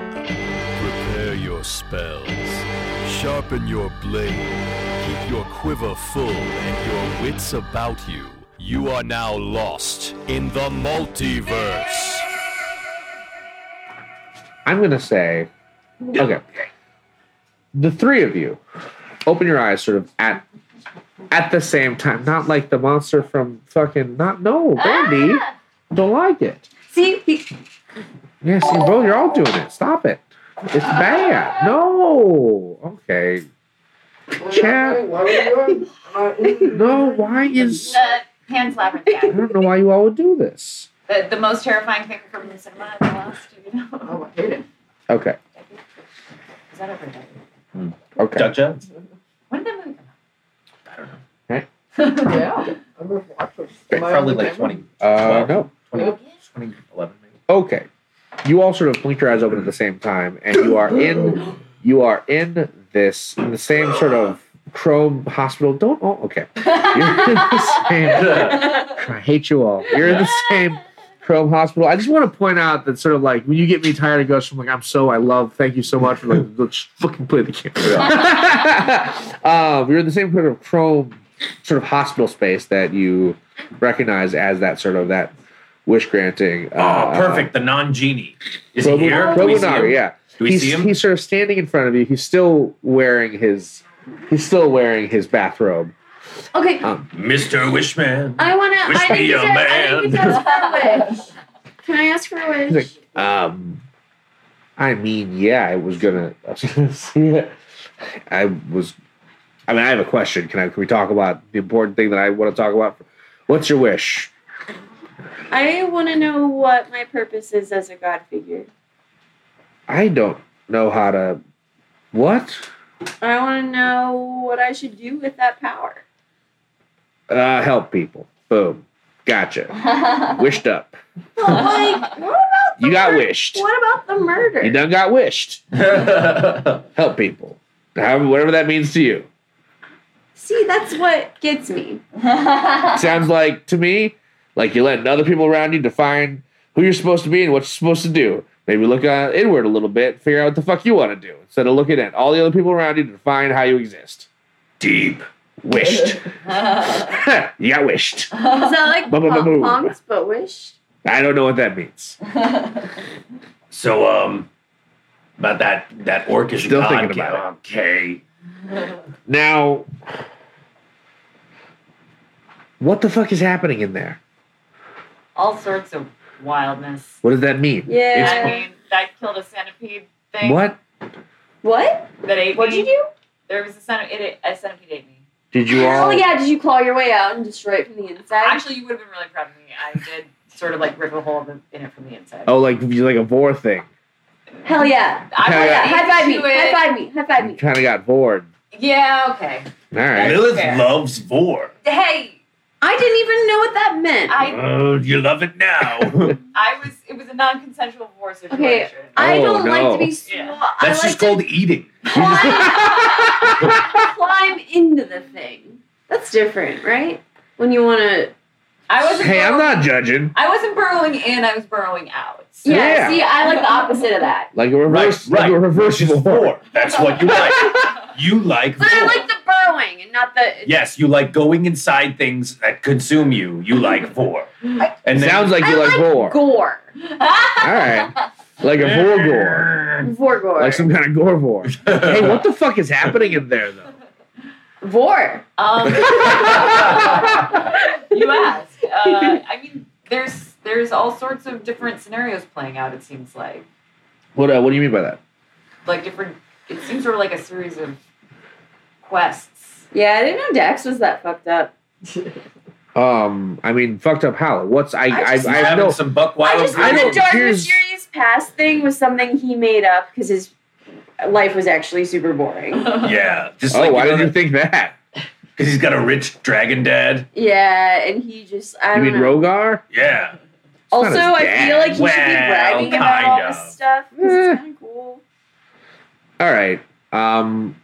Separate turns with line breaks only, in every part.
Prepare your spells. Sharpen your blade. Keep your quiver full and your wits about you. You are now lost in the multiverse.
I'm gonna say, okay, the three of you open your eyes, sort of at at the same time. Not like the monster from fucking. Not no, Brandy,
Ah!
don't like it.
See, he,
Yes, you both. You're all doing it. Stop it. It's bad. No. Okay. Chat. No. Why is?
the Pan's Labyrinth
I
guy.
don't know why you all would do this.
the, the most terrifying thing from the cinema in the last, you know,
Oh, I hate it.
Okay.
decade. Is that ever done?
Okay.
Gotcha.
When did that movie come
Yeah. I remember watching.
Probably like 20,
Uh, no.
out?
20, 20, 11 maybe.
Okay. You all sort of blink your eyes open at the same time, and you are in you are in this in the same sort of chrome hospital. Don't oh okay. You're in the same I hate you all. You're in the same chrome hospital. I just want to point out that sort of like when you get me tired, it goes from like I'm so I love, thank you so much for like let's fucking play the game. um, you're in the same sort of chrome sort of hospital space that you recognize as that sort of that wish granting. uh,
Oh, perfect. The non genie. Is he
Probu-
here? Do we see
Probonari,
him?
yeah.
Do we
he's,
see him?
He's sort of standing in front of you. He's still wearing his he's still wearing his bathrobe.
Okay,
Um,
Mr. Wishman.
I wanna.
Wish
I
me
think,
a
you said, I think you
man.
said for a wish. Can I ask for a
he's
wish?
like, um, I mean, yeah, I was gonna, I was gonna see it. I was. I mean, I have a question. Can I? Can we talk about the important thing that I want to talk about? What's your wish?
I want to know what my purpose is as a god figure.
I don't know how to. What?
I want to know what I should do with that power.
Uh, help people. Boom. Gotcha. Wished up.
But like, what about the
You got
mur-
wished.
What about the murder?
You done got wished. help people. However, whatever that means to you.
See, that's what gets me.
Sounds like to me, like you're letting other people around you define who you're supposed to be and what you're supposed to do. Maybe look uh, inward a little bit, figure out what the fuck you want to do instead of looking at all the other people around you to define how you exist.
Deep.
Wished. you got wished.
Is that like
Ba- ba- ba- boom.
pom poms but wish?
I don't know what that means.
So, um, about that that orcish
Still
god
thinking
game.
about
Okay.
Now, what the fuck is happening in there?
All sorts of wildness.
What does that mean?
I
Yeah.
mean, I killed a centipede thing.
What
What?
That ate
What'd
me.
you do?
There was a centipede. It, a centipede ate me.
did you all?
Oh yeah, did you claw your way out and destroy it from the inside?
Actually, you would have been really proud of me. I did sort of like rip a hole in in it from the inside.
Oh, like like a vor thing.
Hell yeah!
I
Hell
was
yeah.
Yeah, high five me!
into it.
High five me! High five me!
Kind of got bored.
Yeah, okay.
All right.
Lilith
Fair.
loves Vor.
Hey,
I didn't even know what that meant.
I
Oh, you love it now.
I was it was a non-consensual divorce situation.
Okay. I
Oh,
don't like
no.
to be
Yeah.
swallowed. I
That's
like
just
to
called eating.
climb, climb into the thing. That's different, right? When you want to.
I wasn't
Hey, I'm
burrowing-
not judging.
I wasn't burrowing in, I was burrowing out.
Yeah,
Yeah.
See, I like the opposite of that.
Like a reverse, like a reverse
Which is
war.
Vor. That's what you like. You like
But I
Vor.
like the burrowing and not the.
Yes, you like going inside things that consume you. You like Vor.
Mm-hmm.
And then,
Sounds like
I
you like gore.
gore.
All right, like a vor gore,
Vor gore.
like some kind of gore vor. hey, what the fuck is happening in there though?
Vor.
Um, you asked. Uh, I mean, there's there's all sorts of different scenarios playing out. It seems like
What uh, What do you mean by that?
like different. It seems sort of like a series of quests.
Yeah, I didn't know Dax was that fucked up.
Um, I mean, fucked up. How? What's I? I, I,
just
have
having
no.
some buck
I
wild.
just
I
thought the
don't-
dark
here's-
mysterious past thing was something he made up because his life was actually super boring.
yeah. Just
Oh,
like
why did you
Because
think that?
he's got a rich dragon dad.
yeah, and he just I
You
don't
mean
know.
Rogar?
Yeah.
It's not
Also,
as
I
bad.
feel like he should be
Well,
bragging about all
kind of.
this stuff. 'cause
Eh.
It's kind of cool.
All right. Um,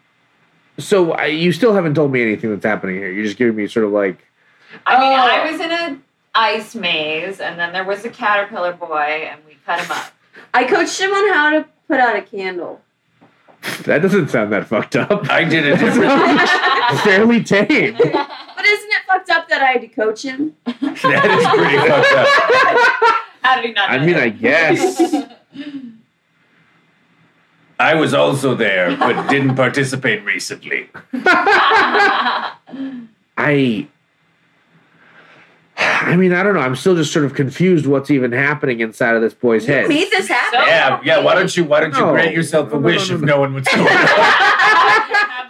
so I, you still haven't told me anything that's happening here. You're just giving me sort of like
I mean,
Oh.
I was in a ice maze, and then there was a caterpillar boy, and we cut him up.
I coached him on how to put out a candle.
That doesn't sound that fucked up.
I did a different.
Fairly tame.
But isn't it fucked up that I had to coach him?
that is pretty fucked up.
How do we not?
I
know
mean,
that?
I guess.
I was also there, but didn't participate recently.
I. I mean, I don't know. I'm still just sort of confused what's even happening inside of this boy's head.
Made this happen.
Yeah, yeah. Why don't you? Why don't you
No.
grant yourself a
No, no,
wish
no,
if
no.
no one was going on?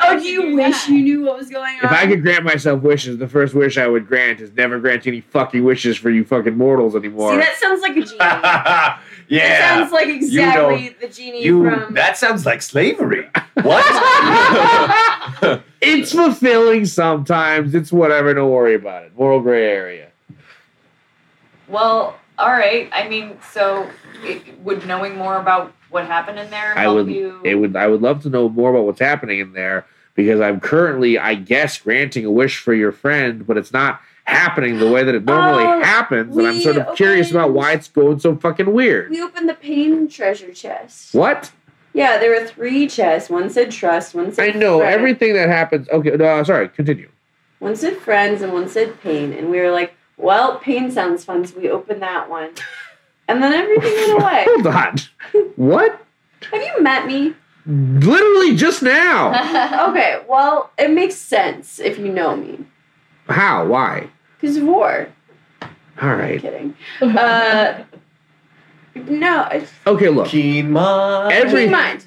Oh, do you wish you knew what was going on?
If I could grant myself wishes, the first wish I would grant is never grant any fucking wishes for you fucking mortals
See,
anymore.
that sounds like a genie. That
yeah,
sounds like exactly the genie
you.
from.
That sounds like slavery. What?
it's fulfilling sometimes. It's whatever. Don't worry about it. Moral gray area.
Well, all right. I mean, so it, would knowing more about what happened in there
I
help
would.
you?
It would. I would love to know more about what's happening in there because I'm currently, I guess, granting a wish for your friend, but it's not happening the way that it normally
Oh,
happens, and I'm
we
sort of curious about
opened-
why it's going so fucking weird.
we opened the pain treasure chest.
What?
Yeah, there were three chests. One said trust. One
I
said
know
friend,
everything that happens. Okay, no, sorry. Continue.
One said friends, and one said pain. And we were like, "Well, pain sounds fun," so we opened that one. And then everything went away.
Hold on. What?
Have you met me?
Literally just now.
Okay, well, it makes sense if you know me.
How? Why?
Because of war.
All right.
Kidding. Uh, no, it's
Okay, look.
Keen mind.
Every-
keep in mind.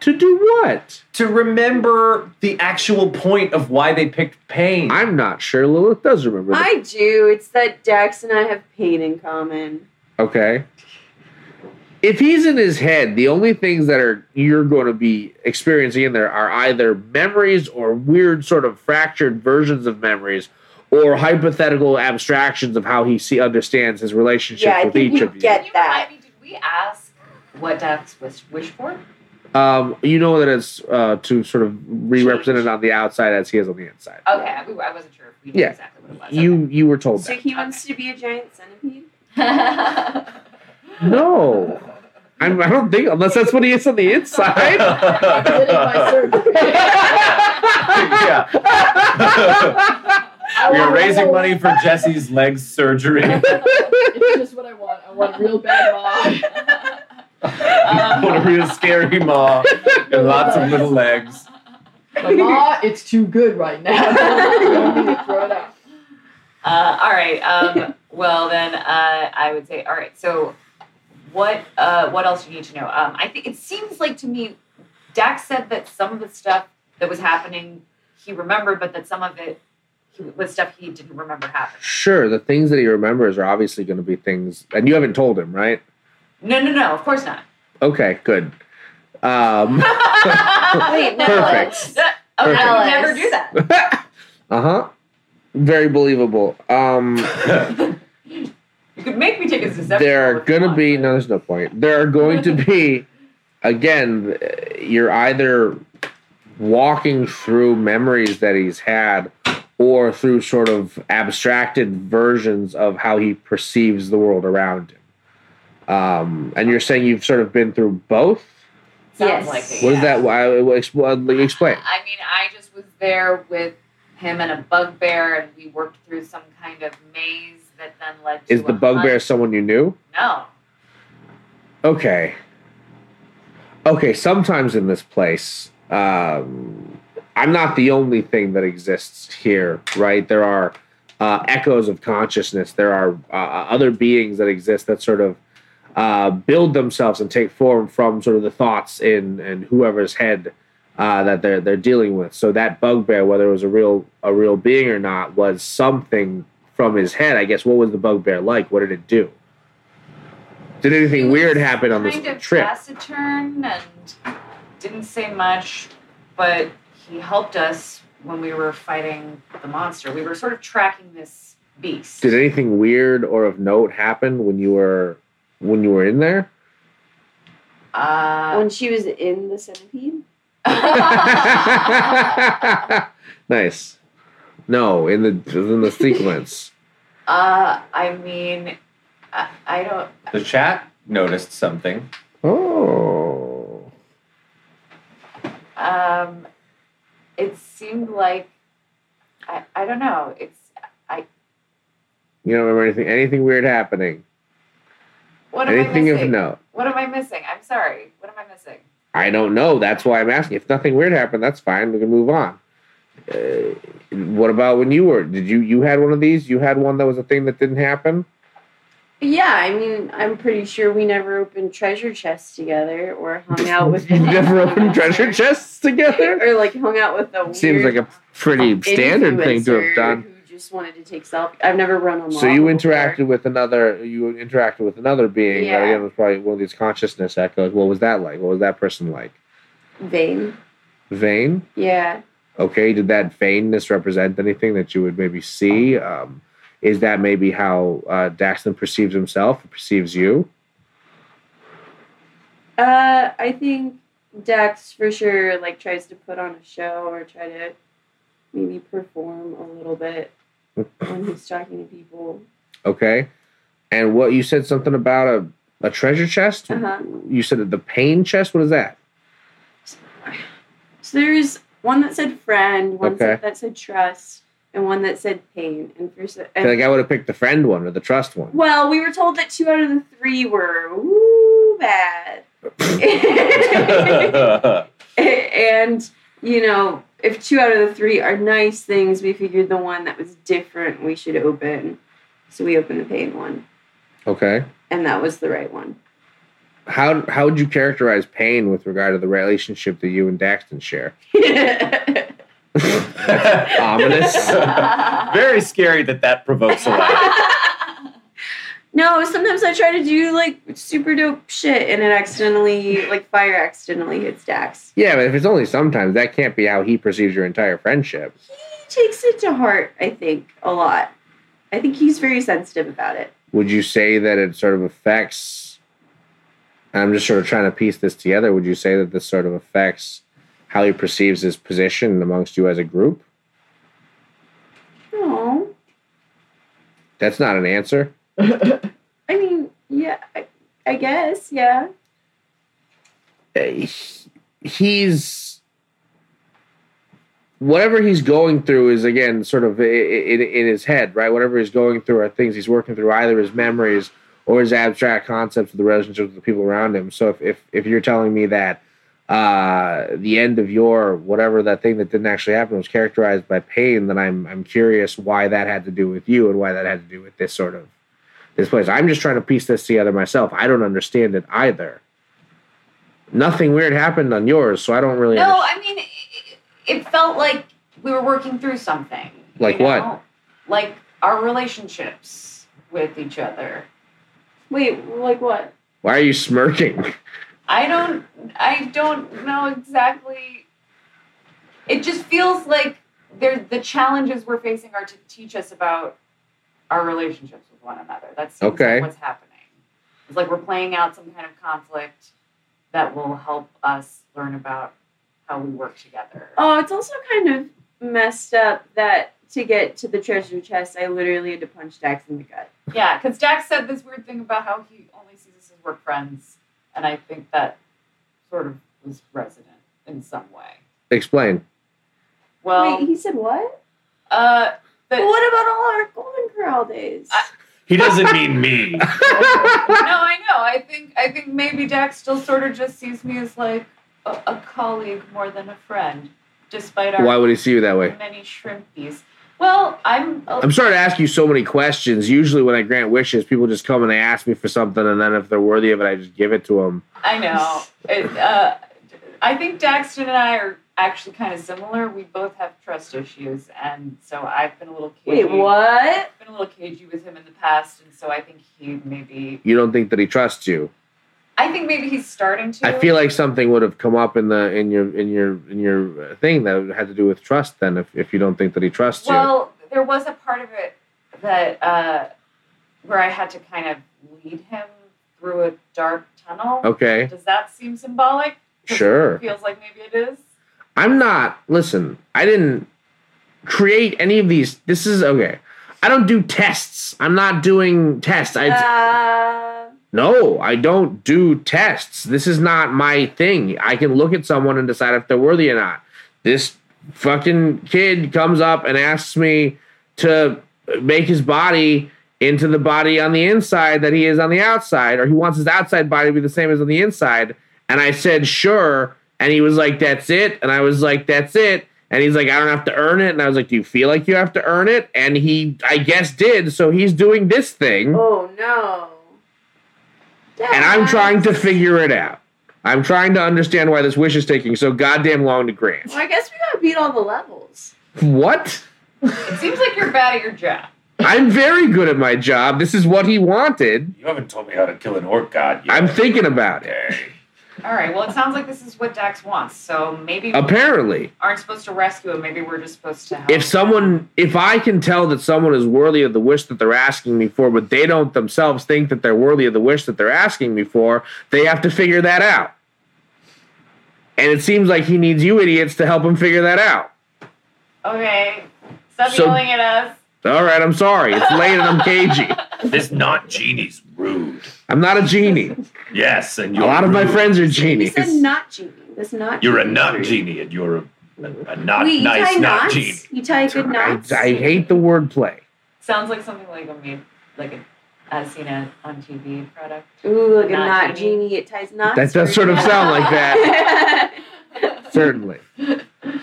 To do what?
to remember the actual point of why they picked pain.
I'm not sure Lilith does remember that.
I do. It's that Dax and I have pain in common.
Okay. If he's in his head, the only things that are you're going to be experiencing in there are either memories or weird sort of fractured versions of memories or hypothetical abstractions of how he see understands his relationship
Yeah, I
with
think
each
we
of you.
Can
get
you
that.
remind me, did we ask what Dax wish, wish for?
um, you know that it's uh, to sort of re-represent it on the outside as he is on the inside.
Okay, I, we- I wasn't sure if we knew
Yeah.
exactly what it was.
You you were told
So
that.
he wants to be a giant centipede?
Okay.
No. I'm, I don't think unless that's what he is on the inside.
yeah. we are raising money for Jesse's leg surgery.
it's just what I want. I want real bad mom.
what a real scary ma. And lots of little legs.
But ma, it's too good right now. You need to throw it out.
Uh, all right. Um, well, then uh, I would say, all right. So, what uh, what else you need to know? Um, I think it seems like to me, Dax said that some of the stuff that was happening he remembered, but that some of it he, was stuff he didn't remember happened.
Sure, the things that he remembers are obviously going to be things, and you haven't told him, right?
No, no, no. Of course not.
Okay, good. Um,
Wait, no.
Perfect.
Oh, I would
Perfect.
never do that.
uh huh. Very believable. Um,
You could make me take a deception.
there are
roll if you
going to
want,
be
but-
no. There's no point. There are going to be, again, uh, you're either walking through memories that he's had, or through sort of abstracted versions of how he perceives the world around him. Um, and you're saying you've sort of been through both.
Sounds
Yes.
like it,
What is
yeah.
that? Why? Explain. like, Explain.
I mean, I just was there with him and a bugbear, and we worked through some kind of maze that then led to.
Is the
a
bugbear
hunt.
someone you knew?
No.
Okay. Okay, sometimes in this place, um, I'm not the only thing that exists here, right? There are uh, echoes of consciousness, there are uh, other beings that exist that sort of uh, build themselves and take form from sort of the thoughts in, in whoever's head. Uh, that they're they're dealing with. So that bugbear, whether it was a real a real being or not, was something from his head. I guess. What was the bugbear like? What did it do? Did
He
anything
was
weird happen on this
kind of
trip?
Taciturn and didn't say much, but he helped us when we were fighting the monster. We were sort of tracking this beast.
Did anything weird or of note happen when you were when you were in there?
Uh,
When she was in the centipede?
uh,
nice. No, in the in the sequence.
Uh, I mean, I, I don't.
The chat? noticed something.
Oh.
Um, it seemed like I, I don't know. It's
You don't remember anything anything weird happening.
what am
Anything
I
of
missing?
note.
What am I missing? I'm sorry. What am I missing?
I don't know. That's why I'm asking. If nothing weird happened, that's fine. We can move on. Uh, what about when you were? Did you you had one of these? You had one that was a thing that didn't happen.
Yeah, I mean, I'm pretty sure we never opened treasure chests together or hung out with
You never opened treasure chests together.
or like hung out with a
Seems like
weird
a pretty standard thing to
influencer
have done.
Who just wanted to take selfie? I've never run on.
So you interacted with another. You interacted with another being that
Yeah.
again was probably one of these consciousness echoes. What was that like? What was that person like?
Vain.
Vain.
Yeah.
Okay. Did that vainness represent anything that you would maybe see? Um, is that maybe how uh, Daxton perceives himself? Perceives you?
Uh, I think Dax for sure like tries to put on a show or try to maybe perform a little bit when he's talking to people.
Okay. And what you said something about a, a treasure chest.
Uh-huh.
You said that the pain chest. What is that?
So there's one that said friend, one
Okay.
that said trust, and one that said pain. And for so-
I
and
feel like I would have picked the friend one or the trust one.
Well, we were told that two out of the three were ooh bad. and you know, if two out of the three are nice things, we figured the one that was different we should open. So we opened the pain one,
Okay.
and that was the right one.
How how would you characterize pain with regard to the relationship that you and Daxton share? Ominous.
Very scary that that provokes a laugh.
no, sometimes I try to do like super dope shit, and it accidentally, like fire, accidentally hits Dax.
Yeah, but if it's only sometimes, that can't be how he perceives your entire friendship.
He takes it to heart, I think, a lot. I think he's very sensitive about it.
Would you say that it sort of affects? I'm just sort of trying to piece this together. Would you say that this sort of affects how he perceives his position amongst you as a group?
No,
That's not an answer.
I mean, yeah, I, I guess, yeah.
Uh, he- He's whatever he's going through is again sort of i- i- in, in his head, right? Whatever he's going through are things he's working through, either his memories or his abstract concepts of the relationships with the people around him. So if if, if you're telling me that uh, the end of your whatever that thing that didn't actually happen was characterized by pain, then I'm I'm curious why that had to do with you and why that had to do with this sort of this place. I'm just trying to piece this together myself. I don't understand it either. Nothing weird happened on yours, so I don't really
No,
understand.
I mean, it, it felt like we were working through something.
Like
you
what?
know? Like our relationships with each other.
Wait, like what?
Why are you smirking?
I don't. I don't know exactly. It just feels like there's the challenges we're facing are to teach us about our relationships with one another. That's
Okay.
what's happening. It's like we're playing out some kind of conflict that will help us learn about how we work together.
Oh, it's also kind of messed up that to get to the treasure chest, I literally had to punch Dax in the gut.
Yeah, because Jack said this weird thing about how he only sees us as work friends, and I think that sort of was resonant in some way.
Explain.
Well,
Wait, he said what?
uh,
But
but
what about all our Golden Corral days?
I-
He doesn't mean me.
no, I know. I think I think maybe Dax still sort of just sees me as like a, a colleague more than a friend, despite our
Why would he see you that way?
many shrimpies. Well, I'm. oh, a-
I'm sorry to ask you so many questions. Usually, when I grant wishes, people just come and they ask me for something, and then if they're worthy of it, I just give it to them.
I know. It, uh, I think Daxton and I are actually kind of similar. We both have trust issues, and so I've been a little cagey.
Wait, what?
I've been a little cagey with him in the past, and so I think he maybe.
You don't think that he trusts you.
I think maybe he's starting to.
I feel like something would have come up in the in your in your in your uh, thing that had to do with trust. Then, if, if you don't think that he trusts you,
Well, there was a part of it that uh, where I had to kind of lead him through a dark tunnel.
okay,
Does that seem symbolic? 'Cause
sure.
It feels like maybe it is.
I'm not. Listen, I didn't create any of these. This is okay. I don't do tests. I'm not doing tests. I
Uh,
No, I don't do tests. This is not my thing. I can look at someone and decide if they're worthy or not. This fucking kid comes up and asks me to make his body into the body on the inside that he is on the outside, or he wants his outside body to be the same as on the inside. And I said, sure. And he was like, that's it. And I was like, that's it. And he's like, I don't have to earn it. And I was like, do you feel like you have to earn it? And he, I guess, did. So he's doing this thing
Oh no.
and I'm
Dax.
trying to figure it out. I'm trying to understand why this wish is taking so goddamn long to grant.
Well, I guess we gotta beat all the levels.
What?
It seems like you're bad at your job.
I'm very good at my job. This is what he wanted.
You haven't told me how to kill an orc god yet.
I'm thinking about it.
Okay.
All right. Well, it sounds like this is what Dax wants. So maybe we
Apparently,
aren't supposed to rescue him. Maybe we're just supposed to help.
if someone, if I can tell that someone is worthy of the wish that they're asking me for, but they don't themselves think that they're worthy of the wish that they're asking me for, they have to figure that out. And it seems like he needs you idiots to help him figure that out.
okay. Stop
So-
yelling at us.
All right, I'm sorry. It's late and I'm cagey.
This not genie's rude.
I'm not a genie.
Yes, and
A
you're
lot of my
rude.
friends are
You
genies.
said not genie. This not.
You're a
genie.
nut genie, and you're a, a, a not
Wait, you tie
nice not
knots?
genie.
You tie good
I,
knots.
I hate the wordplay.
Sounds like something like a made, like a, a seen a, on TV product.
Ooh, look at
Not
not
genie.
genie. It ties knots.
That does sort of sound like that, certainly.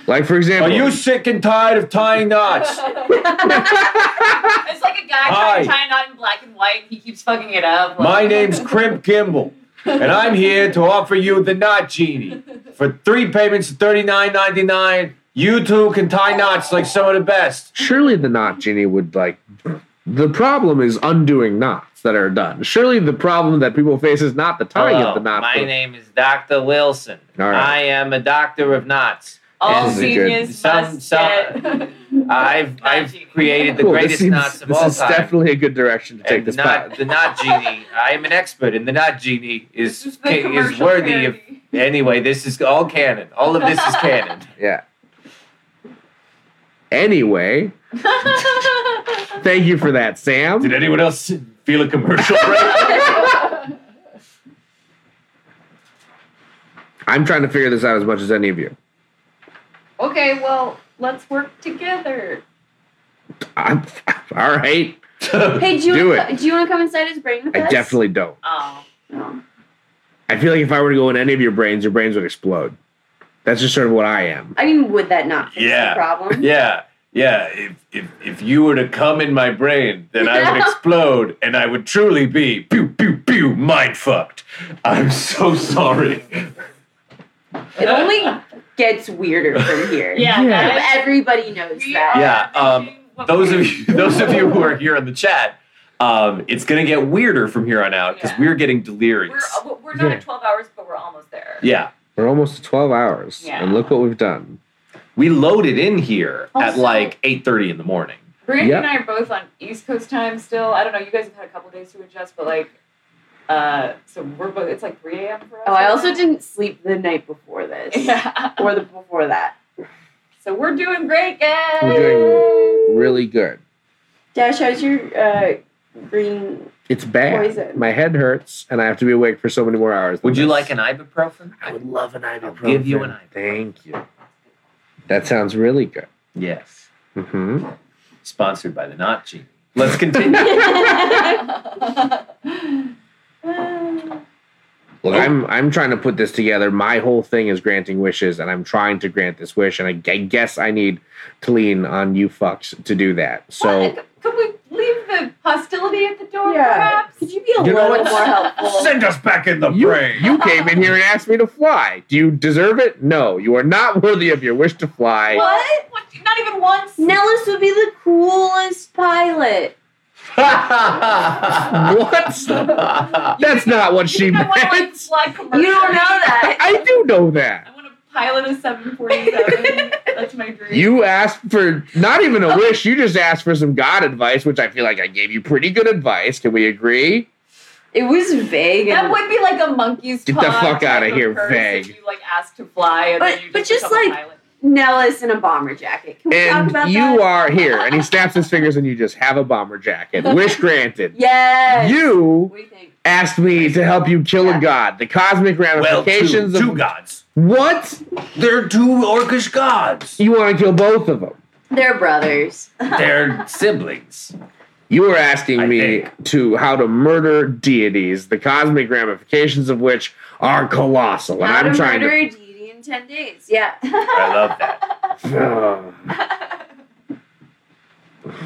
Like for
Are
example,
you sick and tired of tying knots?
It's like a guy trying
Hi.
to tie a knot in black and white. And he keeps fucking it up.
My
like-
name's Crimp Kimball, and I'm here to offer you the Knot Genie. For three payments of $39.99, you too can tie knots like some of the best.
surely the knot genie would like. The problem is undoing knots that are done. Surely the problem that people face is not the tying of the knot. but-
name is Dr. Wilson.
All right. I
am a doctor of knots.
All
This is a good-
seniors
Some-
must
some-
get-
I've,
I've created
Cool, this seems- this is definitely a good direction to take this. path.
the Knot Genie, I am an expert, and the Knot Genie
This is the commercial parody.
Anyway, this is all canon. All of this is canon.
yeah. Anyway, thank you for that, Sam.
Did anyone else feel a commercial break?
I'm trying to figure this out as much as any of you.
okay, well, let's work together.
I'm, all right,
Hey, do you
Do
wanna, do you want to come inside his brain with
I
us?
definitely don't.
Oh,
No.
I feel like if I were to go in any of your brains, your brains would explode. That's just sort of what I am.
I mean, would that not fix
Yeah.
the problem?
yeah, yeah. If, if if you were to come in my brain, then I would explode, and I would truly be pew pew pew mind fucked. I'm so sorry.
It only gets weirder from here.
yeah.
Yeah.
So
that is-
Everybody knows
we
that.
are
Yeah, um,
making what
those
we-
of you those of you who are here in the chat, um, it's gonna get weirder from here on out because
Yeah.
we're getting
We're,
delirious.
we're not
Yeah.
at 12 hours, but we're almost there.
yeah,
We're almost to 12 hours.
Yeah.
And look what we've done.
we loaded in here at
Also-
like eight thirty in the morning.
Brandon
Yep.
and I are both on East Coast time still. I don't know. You guys have had a couple days to adjust, but like, uh, so we're both. It's like 3 a.m. for us.
Oh, I
right
also
now.
didn't sleep the night before this.
Yeah.
Or the before that.
So we're doing great, guys.
We're doing really good.
Dash, how's your uh, green?
It's bad.
Poison.
My head hurts, and I have to be awake for so many more hours. than
Would you like
this.
an ibuprofen?
I would love an ibuprofen.
give you an ibuprofen.
Thank you. That sounds really good.
Yes.
hmm
Sponsored by the Knot Genie. Let's continue.
Look, I'm I'm trying to put this together. My whole thing is granting wishes, and I'm trying to grant this wish, and I, g- I guess I need to lean on you fucks to do that. So
What? Could we leave the hostility at the door,
Yeah.
perhaps?
Could you be a
You know what?
little more helpful?
Send us back in the
You,
brain.
you came in here and asked me to fly. Do you deserve it? No, you are not worthy of your wish to fly.
What? what? Not even once?
Nellis would be the coolest pilot.
What? That's not what
You
she
think I want to like
meant.
fly commercial?
You don't know that.
I do know
I
that.
want to pilot a 747. That's my dream.
You asked for not even a wish, you just asked for some God advice, which I feel like I gave you pretty good advice. Can we agree?
It was vague.
That
And,
would be like a monkey's
Get the
paw
fuck
type
outta
of
here,
curse if
vague.
You like asked to fly, and
But-
then you
but
just
just
become a
like-
pilot.
Nellis in a bomber jacket. Can we talk about
and you
that?
are here. And he snaps his fingers, and you just have a bomber jacket. Wish granted.
Yes.
You
What do you think?
asked me to help you kill a god. The cosmic
Well, two,
ramifications
two
of
gods.
what?
They're two orcish gods.
You want to kill both of them?
They're brothers.
They're siblings.
You were asking
I
me
think.
to how to murder deities, the cosmic ramifications of which are colossal, and
How
I'm
to
trying
murder a deity in ten days. Yeah.
I love that.
to.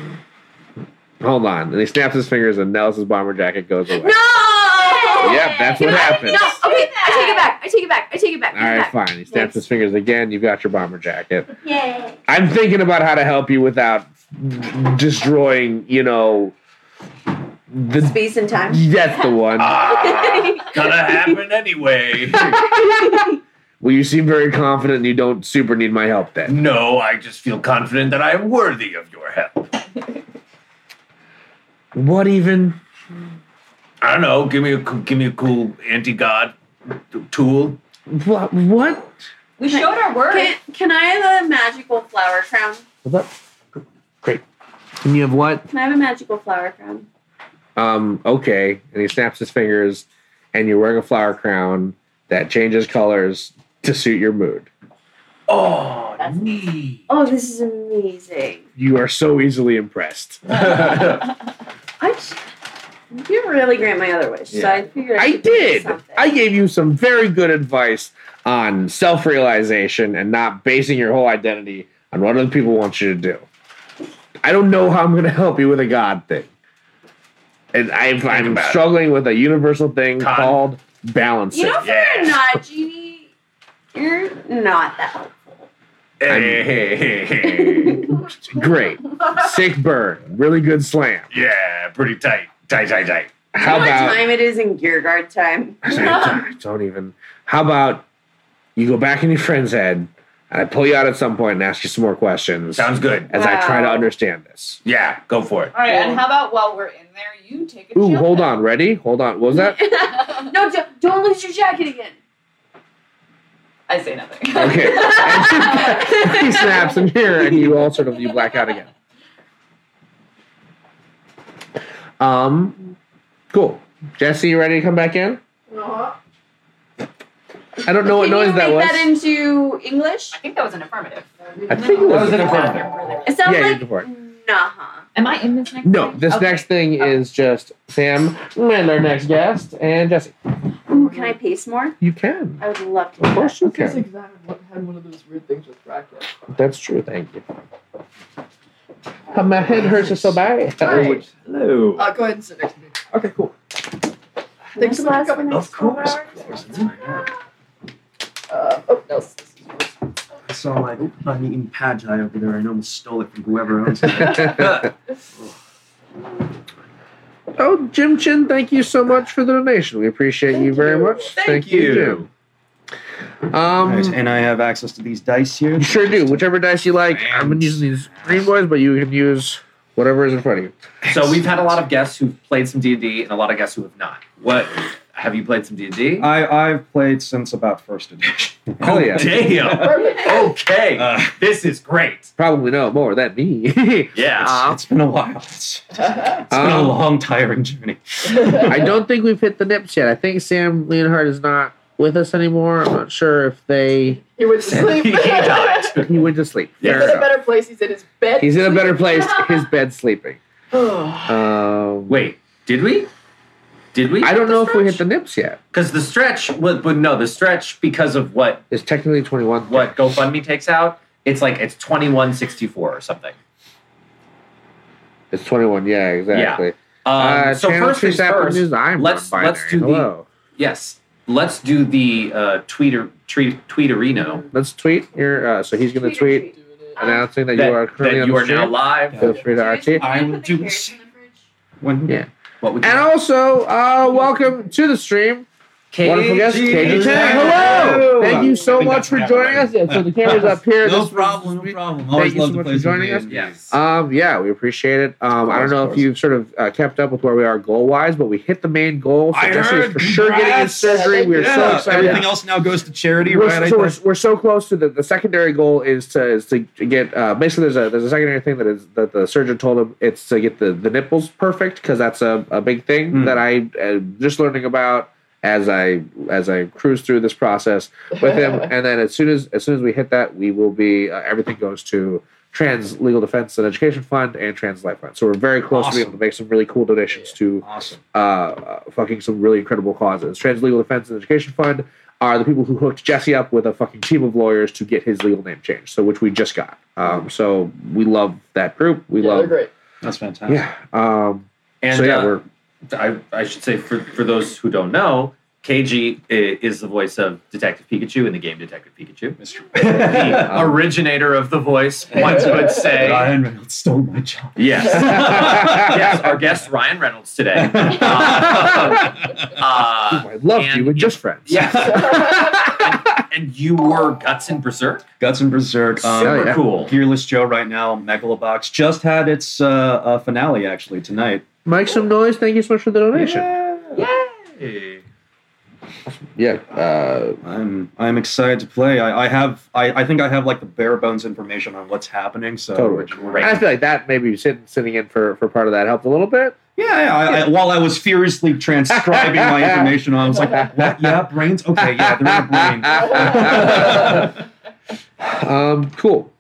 Hold on, and he snaps his fingers, and Nellis's bomber jacket goes away.
no.
Yep, that's what
No,
happens.
No. Okay. I take it back. I take it back. I take it back.
All right, fine. He snaps his fingers again. You've got your bomber jacket.
Yay.
I'm thinking about how to help you without destroying, you know, the.
Space and time.
That's the one.
Ah, gonna happen anyway.
Well, you seem very confident. and You don't super need my help then.
No, I just feel confident that I am worthy of your help.
What even?
I don't know. Give me a c- give me a cool anti god tool.
What? What?
We showed our work.
Can, can I have a magical flower crown?
What? Great. And you have what?
Can I have a magical flower crown?
Um. Okay. And he snaps his fingers, and you're wearing a flower crown that changes colors to suit your mood.
Oh,
That's-
neat.
Oh, this is amazing.
You are so easily impressed.
I sh- you really grant my other wish, so I figured I,
I
could do
did.
Something.
I gave you some very good advice on self realization and not basing your whole identity on what other people want you to do. I don't know how I'm going to help you with a God thing. And I've, I'm
about it.
struggling with a universal thing
Con-
called balancing.
you know, for
Yeah.
a nod, Jeannie, you're not that helpful.
Hey, hey, hey, hey.
Great. Sick burn. Really good slam.
yeah, pretty tight, tight, tight, tight.
How
you know what
about.
time it is in Gearguard time?
I don't even. How about you go back in your friend's head and I pull you out at some point and ask you some more questions?
Sounds good.
as I try to
Wow.
understand this.
Yeah, go for it.
All right, and how about while we're in there, you take a
Ooh,
chill
hold
pill.
on, ready? Hold on. What was that?
no, don't, don't lose your jacket again.
I say nothing.
Okay. And she- he snaps in here, and you all sort of you black out again. Um, cool. Jesse, you ready to come back in?
Uh-huh.
I don't know what
Can you
Oh, noise
make
that was.
that into English?
I think that was an affirmative.
I think it was an affirmative.
It sounds
Yeah, you
like
go for it.
nah.
Am I in this next?
No,
thing?
this
Okay.
next thing
Okay.
is just Sam and our next guest and Jesse.
Ooh, can I pace more?
You can.
I would love to.
Of course you
This is
can.
exactly what had one of those weird things with practice.
That's true. Thank you. Oh, my head hurts so bad.
Right.
Hello.
Uh, go ahead and sit next to me. Okay, cool. Thanks so
Nice
much
last
for coming.
one.
Of course.
Uh, oh, no. this is yours.
I saw my uneaten pad thai over there and almost stole it from whoever owns it.
Oh, Jim Chin, thank you so much for the donation. We appreciate you very much. Thank,
you.
Jim. Um,
Nice. And I have access to these dice here.
you sure do. Whichever dice you like. I've been using these green boys, but you can use whatever is in front of you.
So we've had a lot of guests who've played some D and D, and a lot of guests who have not. What have you played some D and D?
I, I've played since about first edition.
Hell Oh,
Oh,
yeah.
Damn. Okay.
Uh,
this is great.
Probably no more than me.
Yeah.
Uh,
it's been a while. It's, it's been a
Um,
long, tiring journey.
I don't think we've hit the nips yet. I think Sam Leonhardt is not with us anymore. I'm not sure if they.
He went to sleep.
he died.
He went to sleep.
He's
Fair
in a
enough.
better place. He's in his bed.
He's in a better place. His bed sleeping. Um,
Wait, did we? Did we?
I don't know if we hit the nips yet.
because the stretch was, but no, the stretch because of what
It's technically 21.
what GoFundMe takes out. It's like it's twenty one sixty four or something.
It's 21. Yeah, exactly.
Um,
uh,
so
Channel
first
Two
things
Sapper
first.
News, I'm
let's-
non-binary.
let's do the-
Hello.
Yes, let's do the uh, tweeter tweet, tweeterino
Let's tweet your. Uh, so he's going to
Tweet,
tweet
Doing it.
announcing that, you are
that,
currently
that
on
you
the
are now
stream.
live.
Feel free to RT.
I will do the
this.
When
Yeah.
What would you?
And also, uh, welcome to the stream. Wonderful guest, KG Tang. Hello. Thank you so much for joining us. Yeah, so the camera's up here.
No
This was-
problem, no problem.
Thank
Always
you
love
so
to
much
play
for
some
joining us.
video games.
Um, yeah, we appreciate it. Um, I don't know if you've sort of uh, kept up with where we are goal wise, but we hit the main goal. So
I
Jesse is
heard.
for sure getting his
Congrats.
surgery. We're so
Yeah,
excited.
Everything else now goes to charity,
We're,
right? I
so we're,
think.
we're so close to the, the secondary goal is to is to get uh, basically there's a there's a secondary thing that is that the surgeon told him it's to get the, the nipples perfect because that's a, a big thing
Mm.
that I am just learning about as I as I cruise through this process with him and then as soon as as soon as we hit that we will be uh, everything goes to trans legal defense and education fund and trans life fund so we're very close to being able to make some really cool donations to
Awesome.
uh, uh, fucking some really incredible causes. Trans Legal Defense and Education Fund are the people who hooked Jesse up with a fucking team of lawyers to get his legal name changed. So, which we just got. Um, so we love that group. We
Yeah, they're
love,
great.
That's fantastic.
yeah. Um,
And
so yeah,
uh,
we're
I, I should say for, for those who don't know, KG i- is the voice of Detective Pikachu in the game Detective Pikachu.
Mr.
The
Um,
originator of the voice, one would say.
Ryan Reynolds stole my job.
Yes. yes, our guest Ryan Reynolds today. Uh, uh,
I loved
and-
you and just friends.
yes. and, and you were Guts and Berserk?
Guts and Berserk. Um,
Super
Um, yeah.
cool.
Gearless Joe right now, Megalobox, just had its uh, uh, finale actually tonight.
Make some noise. Thank you so much for the donation. Yeah.
Hey.
Uh,
I'm I'm excited to play. I, I have I, I think I have like the bare bones information on what's happening. So
Totally.
Right.
I feel like that maybe sitting sitting in for, for part of that helped a little bit.
Yeah, yeah. I, I, while I was furiously transcribing my information, I was like, "What? Yeah, brains. Okay, yeah, they're in a brain."
Um, cool.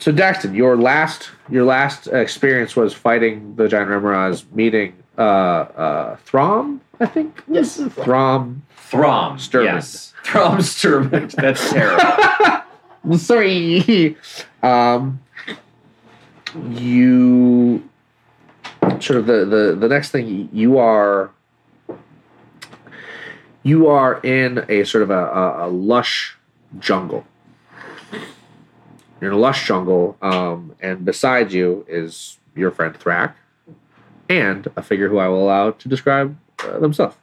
So Daxton, your last your last experience was fighting the giant Remoraz, meeting uh, uh, Throm, I think.
Yes.
Throm.
Throm.
Sturman.
Yes. Throm Sturman. That's terrible.
Sorry. Um, you sort of the, the the next thing you are you are in a sort of a, a, a lush jungle. You're in a lush jungle, um, and beside you is your friend Thrak, and a figure who I will allow to describe uh, themselves.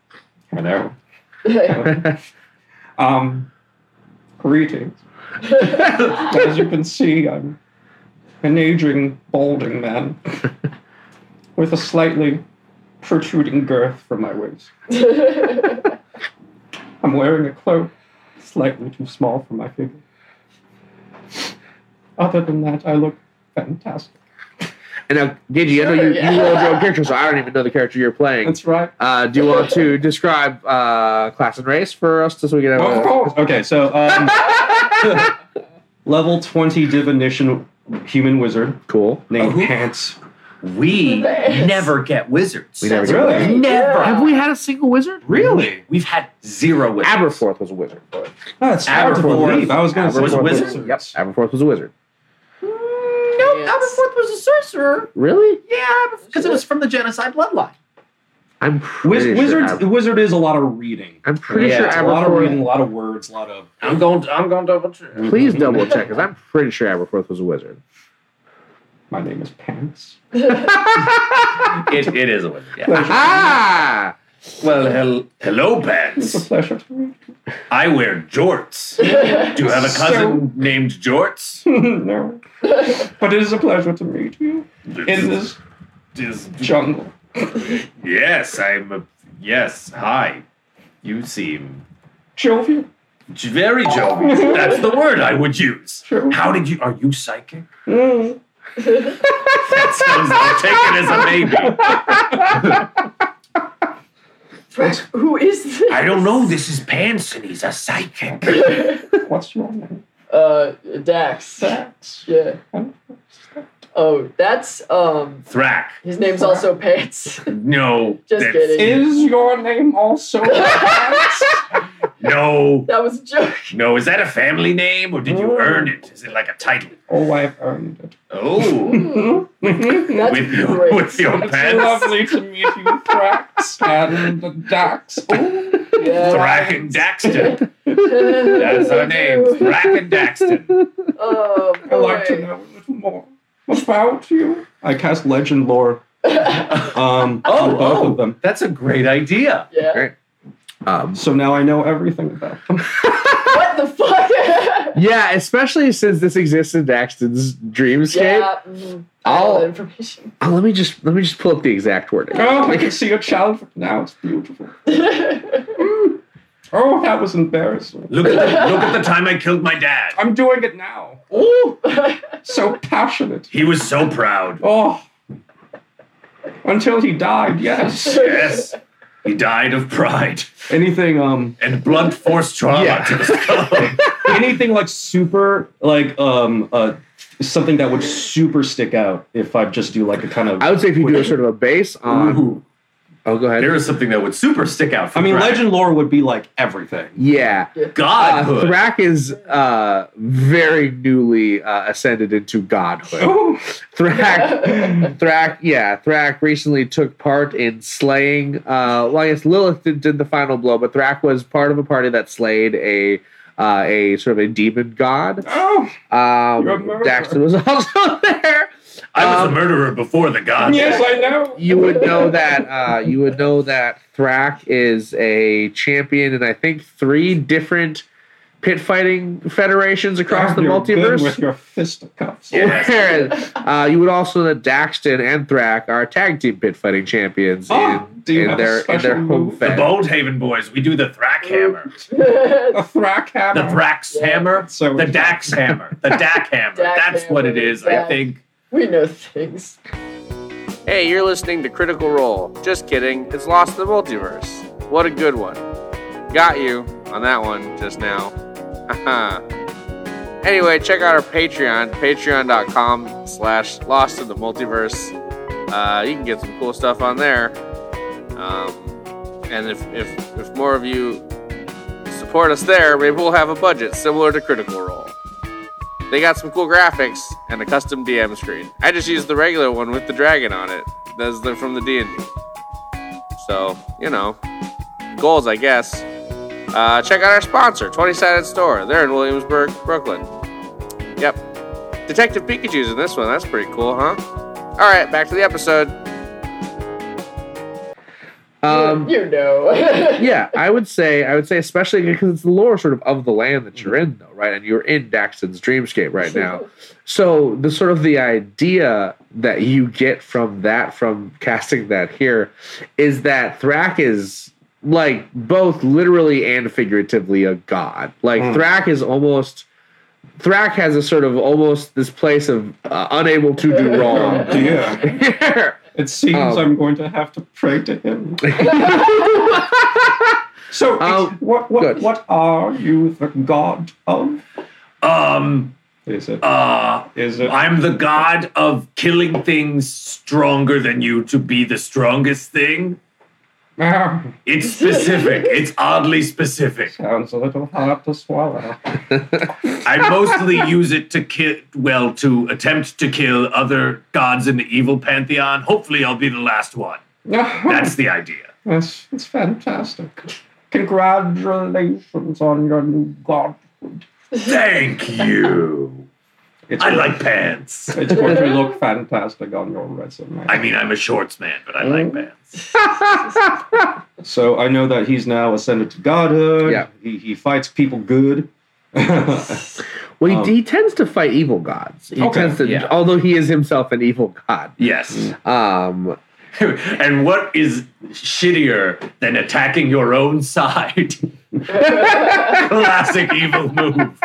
Um, greetings. As you can see, I'm an aging, balding man with a slightly protruding girth from my waist. I'm wearing a cloak slightly too small for my figure. Other than that, I look fantastic.
And now, Gigi, I know you,
Sure,
you
yeah.
rolled your own character, so I don't even know the character you're playing.
That's right.
Uh, do you want to describe uh, class and race for us, just so we can have
Of
a,
course.
Okay, so um, level twenty divination human wizard
cool?
named
Oh, who-
Hans.
We
Yes.
never get wizards.
We never
That's really?
get
Never.
Have we had a single wizard?
Really?
We've had zero wizards.
Aberforth was a wizard.
Oh, that's hard to
Aberforth.
believe. I was going to say
Was
more
wizard?
wizards.
Yep, Aberforth was a wizard.
Mm, No,
Yes.
Aberforth was a sorcerer.
Really?
Yeah, because it was from the genocide bloodline.
I'm
Wiz-
pretty sure.
wizards.
Aber-
Wizard is a lot of reading.
I'm pretty
Yeah,
sure
It's a lot of reading, a
Aberforth.
lot of words, a lot of.
I'm going. I'm going to double check.
Please double check, because I'm pretty sure Aberforth was a wizard.
My name is Pants.
It, it is a wizard. Yeah.
Pleasure.
Ah!
Well, hel- hello,
It's a
pants.
pleasure to meet
I wear jorts. Do you have a cousin named Jorts?
you. no. But it is a pleasure to meet you in this
Dis-
jungle.
yes, I'm. A, yes, hi. You seem
Jovial.
j- very jovial. That's the word I would use.
Sure.
How did you? Are you psychic?
Mm.
That sounds. I'll take it as a maybe.
Who is this?
I don't know. This is Pants, and he's a psychic.
What's your name?
Uh, Dax.
Sax.
Yeah. Oh, that's um.
Thrak.
His name's also Pants.
No.
Just
that's-
kidding.
Is your name also Pants?
No.
That was a joke.
No. Is that a family name, or did you earn it? Is it like a title?
Oh, I've earned it.
Oh,
That's
with your
great.
with your
It's
pants.
lovely to meet you, Thrax and Dax. Oh,
yeah.
Thrak and Daxton. That's our name. Thrak and Daxton.
Oh
I'd like to
boy.
know a little more about you.
I cast legend lore. Um, on
Oh,
both
oh.
of them.
That's a great idea.
Yeah.
Um,
so now I know everything about them.
what the fuck?
yeah, especially since this exists in Daxton's dreamscape.
yeah. mhm. I know
I'll-
that information.
Oh, let me just let me just pull up the exact wording.
Oh, I can see your child now. It's beautiful. Mm. oh, that was embarrassing.
Look at, the, look at the time I killed my dad.
I'm doing it now. Oh, so passionate.
He was so proud.
Oh, until he died. Yes.
Yes. He died of pride
Anything um
and blunt force trauma to the skull.
anything like super like um uh something that would super stick out if I just do like a kind of
I would say if you do a sort of a base on. Oh, go ahead.
There is something that would super stick out. For Ah,
I mean
pride.
legend lore would be like everything.
Yeah. Uh,
Godhood.
Thrak is uh, very newly uh, ascended into
Oh.
godhood. Thrak, Thrak, yeah, Thrak recently took part in slaying. Uh, well, I guess Lilith did, did the final blow, but Thrak was part of a party that slayed a uh, a sort of a demon god.
Oh,
Um,
You're a murderer.
Daxton was also there.
I
Um,
was a murderer before the god.
yes, I know.
you would know that uh, you would know that Thrak is a champion in I think three different pit fighting federations across the
You're good
multiverse.
with your fisticuffs.
Whereas, uh, you would also know that Daxton and Thrak are tag team pit fighting champions
Oh, do you
in, in
have a
their in
special
their home
move?
The
fed.
Boldhaven boys, we do the Thrack hammer,
A thrack
the
hammer.
Thrax hammer,
So
the Dax hammer, the Dak hammer.
Dak
That's what it
hammer,
is, I
Dak.
think.
we know things.
Hey, you're listening to Critical Role. Just kidding, it's Lost in the Multiverse. What a good one. Got you on that one just now. anyway, check out our Patreon, patreon.com slash lost in the multiverse. Uh, you can get some cool stuff on there. Um, and if, if, if more of you support us there, maybe we'll have a budget similar to Critical Role. They got some cool graphics and a custom DM screen. I just used the regular one with the dragon on it. That's the, from the D&D. So, you know, goals, I guess. Uh, check out our sponsor, 20-Sided Store. They're in Williamsburg, Brooklyn. Yep. Detective Pikachu's in this one. That's pretty cool, huh? All right, back to the episode.
you know.
Um, yeah, I would say, I would say, especially because it's the lore sort of of the land that you're in, though, right? And you're in Daxton's dreamscape right now. So the sort of the idea that you get from that, from casting that here, is that Thrak is like both literally and figuratively a god. Like
Mm.
Thrak is almost. Thrak has a sort of almost this place of uh, unable to do wrong.
Oh, Dear. It seems
Um,
I'm going to have to pray to him. so, ex-
Um,
what what
good.
what are you the god of?
Um,
Is it?
uh,
is it?
I'm the god of killing things stronger than you to be the strongest thing.
Ah,
It's specific. it's oddly specific.
sounds a little hard to swallow.
I mostly use it to kill, well, to attempt to kill other gods in the evil pantheon. Hopefully, I'll be the last one. That's
That's
the idea.
that's, that's fantastic. Congratulations on your new god.
Thank you.
It's
I
going-
like pants.
It's going to look fantastic on your resume.
I mean, I'm a shorts man, but I like pants.
So I know that he's now ascended to godhood.
Yeah.
He, he fights people good.
Well, he,
Um,
he tends to fight evil gods. He
Okay,
tends to,
yeah.
although he is himself an evil god.
Yes.
Um,
and what is shittier than attacking your own side? Classic evil move.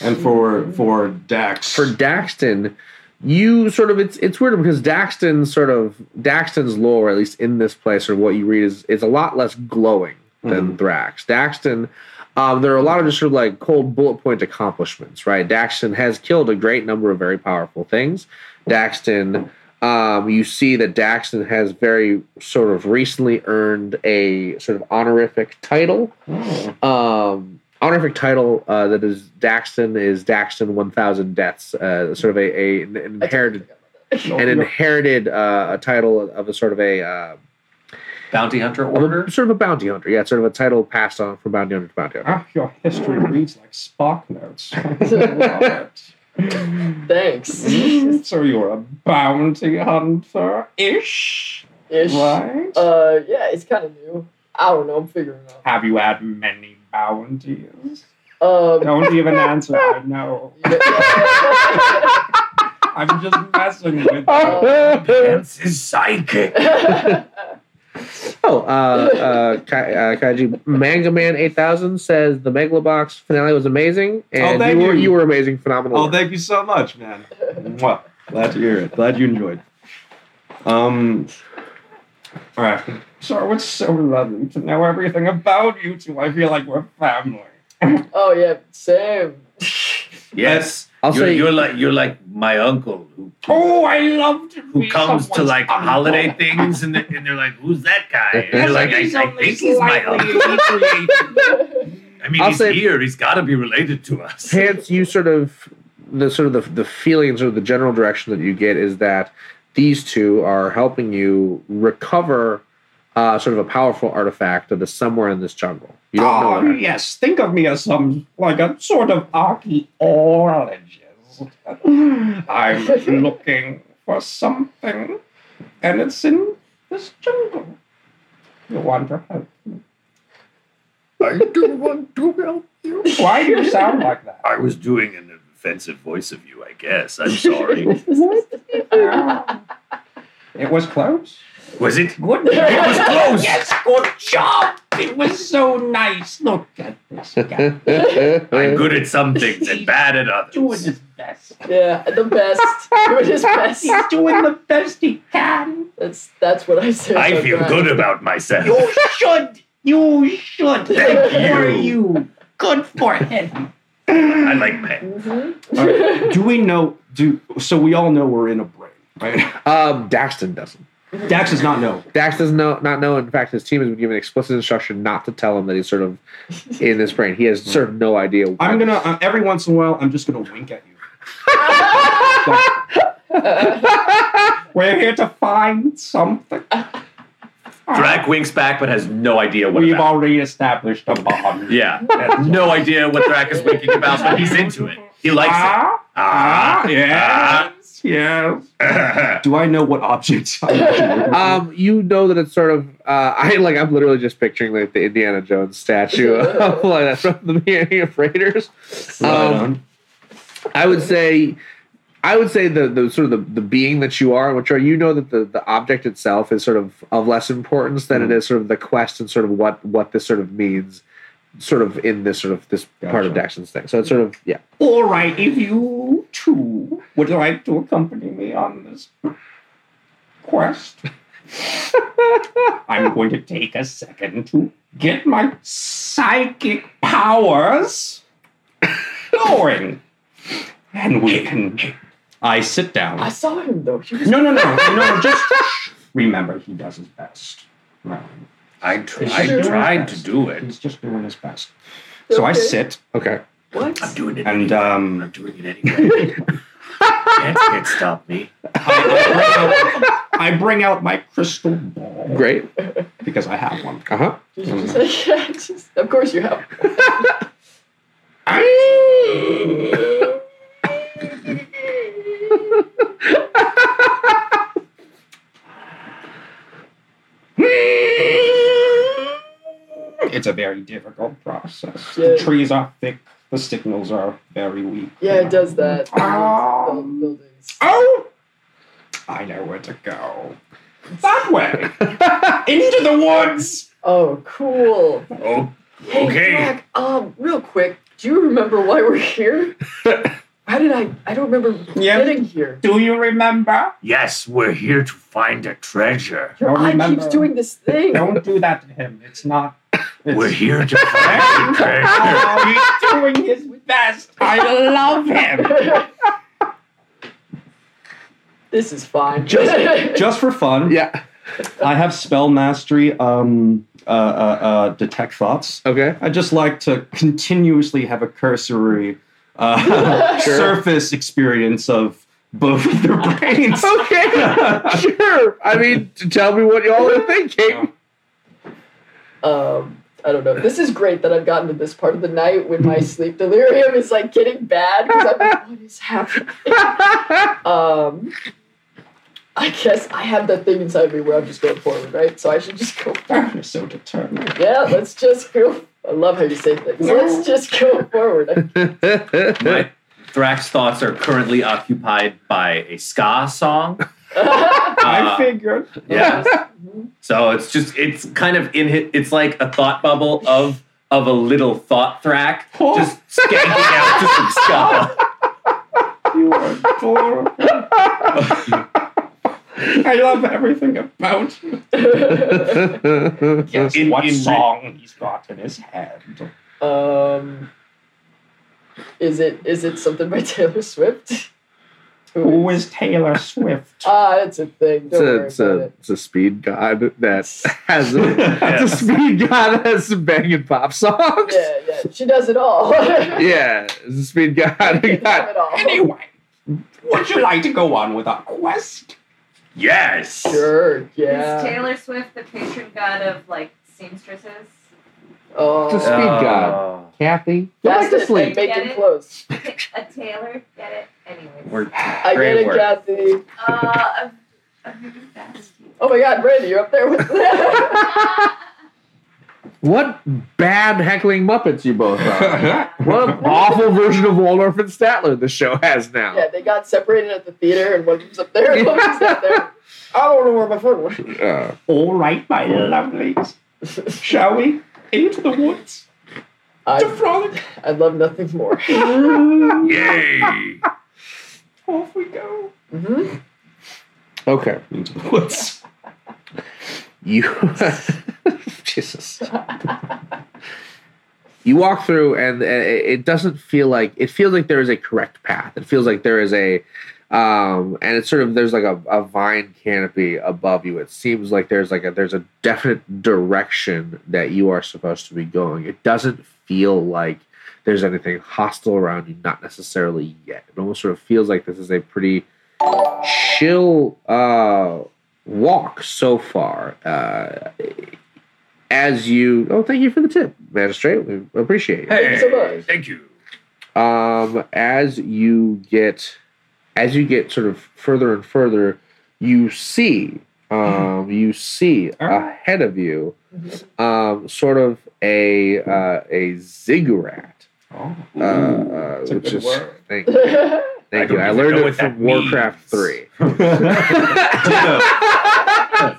and for for Dax.
for Daxton, you sort of it's it's weird because Daxton sort of Daxton's lore, at least in this place or what you read, is is a lot less glowing than Thrax. Daxton, um, there are a lot of just sort of like cold bullet point accomplishments, right? Daxton has killed a great number of very powerful things. Daxton, um, you see that Daxton has very sort of recently earned a sort of honorific title
Oh.
um, honorific title uh, that is Daxton is Daxton 1000 Deaths, uh, sort of a, a an inherited an inherited uh, a title of a sort of a uh,
Bounty hunter
of a-
order.
sort of a bounty hunter. Yeah, sort of a title passed on from bounty hunter to bounty hunter.
Ah, your history reads like Spark Notes. Love it.
Thanks.
so you're a bounty hunter ish,
Ish.
right?
Uh, yeah, it's kind of new. I don't know. I'm figuring it out.
Have you had many bounties?
Um,
Don't even answer. I know. I'm just messing with you.
Oh.
Pants is psychic.
Oh, uh, uh, Kai, uh, Kaiji Manga Man Eight Thousand says the Megalobox finale was amazing, and
Oh, thank
you, were
you.
you were amazing, phenomenal.
Oh, thank you so much, man. Mwah. Glad to hear it. Glad you enjoyed. Um. All right.
Sir, it's so lovely to know everything about you two. I feel like we're family.
Oh yeah, same.
Yes.
I'll
you're,
say-
you're like you're like my uncle who
Oh, I love to
who
be
comes to
someone's
like
uncle.
holiday things and they, and they're like, who's that guy? And
Yes,
you're like, I,
he's
I
only
think he's my
slightly
uncle. I mean,
I'll
he's
say-
here. He's got to be related to us.
Pants, you sort of the sort of the, the feelings or the general direction that you get is that these two are helping you recover uh, sort of a powerful artifact that is somewhere in this jungle. You don't
Ah,
oh,
know. where.
yes. Think of me as some, like a sort of archaeologist. I'm looking for something, and it's in this jungle. You want to help me?
I do want to help you.
Why do you sound like that?
I was doing an offensive voice of you, I guess. I'm sorry.
It was close.
was it?
Good.
It was close.
Yes, good job. It was so nice. Look at this guy.
I'm good at some things and bad at others.
Doing his best.
Yeah, the best. Doing his best.
He's doing the best he can.
That's that's what I say.
I feel
sometimes.
good about myself.
You should. You should.
Thank
good for
you.
you. Good for him.
I like men.
Mhm.
All right. Do we know? Do so? We all know we're in a brain, right?
Um, Daxton doesn't.
Dax does not know.
Dax doesn't know, not know. In fact, his team has been given explicit instruction not to tell him that he's sort of in this brain. He has sort of no idea. why.
Hmm. I'm gonna uh, every once in a while. I'm just gonna wink at you.
We're here to find something.
Drac winks back but has no idea what
We've
about.
already established a bond.
Yeah. No idea what Drac is winking about, but he's into it. He likes it.
ah,
Ah,
ah, yes, yes.
ah.
Do I know what objects? I'm looking at?
Um, you know that it's sort of uh, I like I'm literally just picturing like the Indiana Jones statue of, like that from the beginning of Raiders.
Right
Um,
on.
I would say, I would say the the sort of the, the being that you are, which are you know that the, the object itself is sort of of less importance
Hmm.
than it is sort of the quest and sort of what what this sort of means, sort of in this sort of this part of Daxton's thing. So it's sort of yeah.
All right, if you two would like to accompany me on this quest, I'm going to take a second to get my psychic powers going. And we can.
I sit down.
I saw him though. He was
No, no, no, no, just remember he does his best. No,
I, tr-
he's
I
just doing his
tried to
best.
do it.
He's just doing his best. So I
Okay.
sit
Okay.
What?
I'm doing it.
And
anyway.
um,
uh,
I'm doing it anyway. Can't, can't stop me.
I,
I bring out my crystal ball
Great.
because I have one.
Uh huh.
He's just like, yeah, just- of course you have.
It's a very difficult process.
Yeah.
The trees are thick. The signals are very weak.
Yeah, it does that.
Ah.
Um, buildings.
Oh! I know where to go. That way! Into the woods!
Oh, cool.
Oh,
Hey,
okay.
Jack, um, real quick, do you remember why we're here? How did I? I don't remember
Yeah.
getting here.
Do you remember?
Yes, we're here to find a treasure.
Don't
I
remember.
keeps doing this thing.
Don't do that to him. It's not. It's
We're here to find a treasure.
Oh, he's doing his best. I love him.
this is fine.
Just- just for fun,
Yeah.
I have spell mastery. Um, uh, uh, uh, detect thoughts.
Okay.
I just like to continuously have a cursory uh,
Sure.
surface experience of both of their brains.
Okay. sure. I mean, t- tell me what y'all are thinking.
um, I don't know. This is great that I've gotten to this part of the night when my sleep delirium is like getting bad because I'm like, what is happening? um, I guess I have that thing inside me where I'm just going forward, right? So I should just go forward.
You're so determined.
Yeah, let's just go. I love how you say things. Let's just go forward. I-
My Thrax thoughts are currently occupied by a ska song.
I
Uh,
figured.
Yeah. So it's just it's kind of in hit. It's like a thought bubble of of a little thought thrack
Oh.
just skanking out to some ska.
You are adorable. I love everything about you. Guess
In-
what
in re-
song he's got in his head.
Um, is it is it something by Taylor Swift?
Who is Taylor Swift?
Ah, it's a thing.
It's
Don't
a,
worry
it's,
about
a,
it.
it's a speed god that has a, it's a speed god that has some banging pop songs.
Yeah, yeah. She does it all.
yeah, it's a speed god. It got-
it all.
Anyway, would you like to go on with our quest?
Yes.
Sure. Yeah.
Is Taylor Swift the patron god of like seamstresses?
Oh,
it's a speed god. Kathy, go back
That's
to
it. They
sleep.
make
Get
it
it?
close.
A tailor? Get it? Anyways.
We're
I get it, Kathy.
Uh, I'm moving fast.
Oh my God, Brandy, you're up there with
What bad heckling Muppets you both are. what an awful version of Waldorf and Statler this show has now.
Yeah, they got separated at the theater, and one was up there, and one was up there. I don't know where my phone went.
Uh,
All right, my lovelies. Shall we? Into the woods. To
I,
frolic.
I love nothing more.
Yay.
Off we go.
hmm
Uh, Okay.
Into the woods.
You Jesus. you walk through and uh, it doesn't feel like it feels like there is a correct path. It feels like there is a um and it's sort of there's like a, a vine canopy above you. It seems like there's like a there's a definite direction that you are supposed to be going. It doesn't feel like there's anything hostile around you, not necessarily yet. It almost sort of feels like this is a pretty chill uh walk so far. Uh, as you, oh, thank you for the tip, magistrate. We appreciate it.
Thank you so much.
Thank you.
Um, as you get, as you get sort of further and further, you see, um, you see ahead of you, um, sort of a uh, a ziggurat,
Oh.
uh, uh,
It's a
which
good
is
word.
thank you. Thank you.
don't
I
even
learned
know
it
what that
from Warcraft
means.
Three.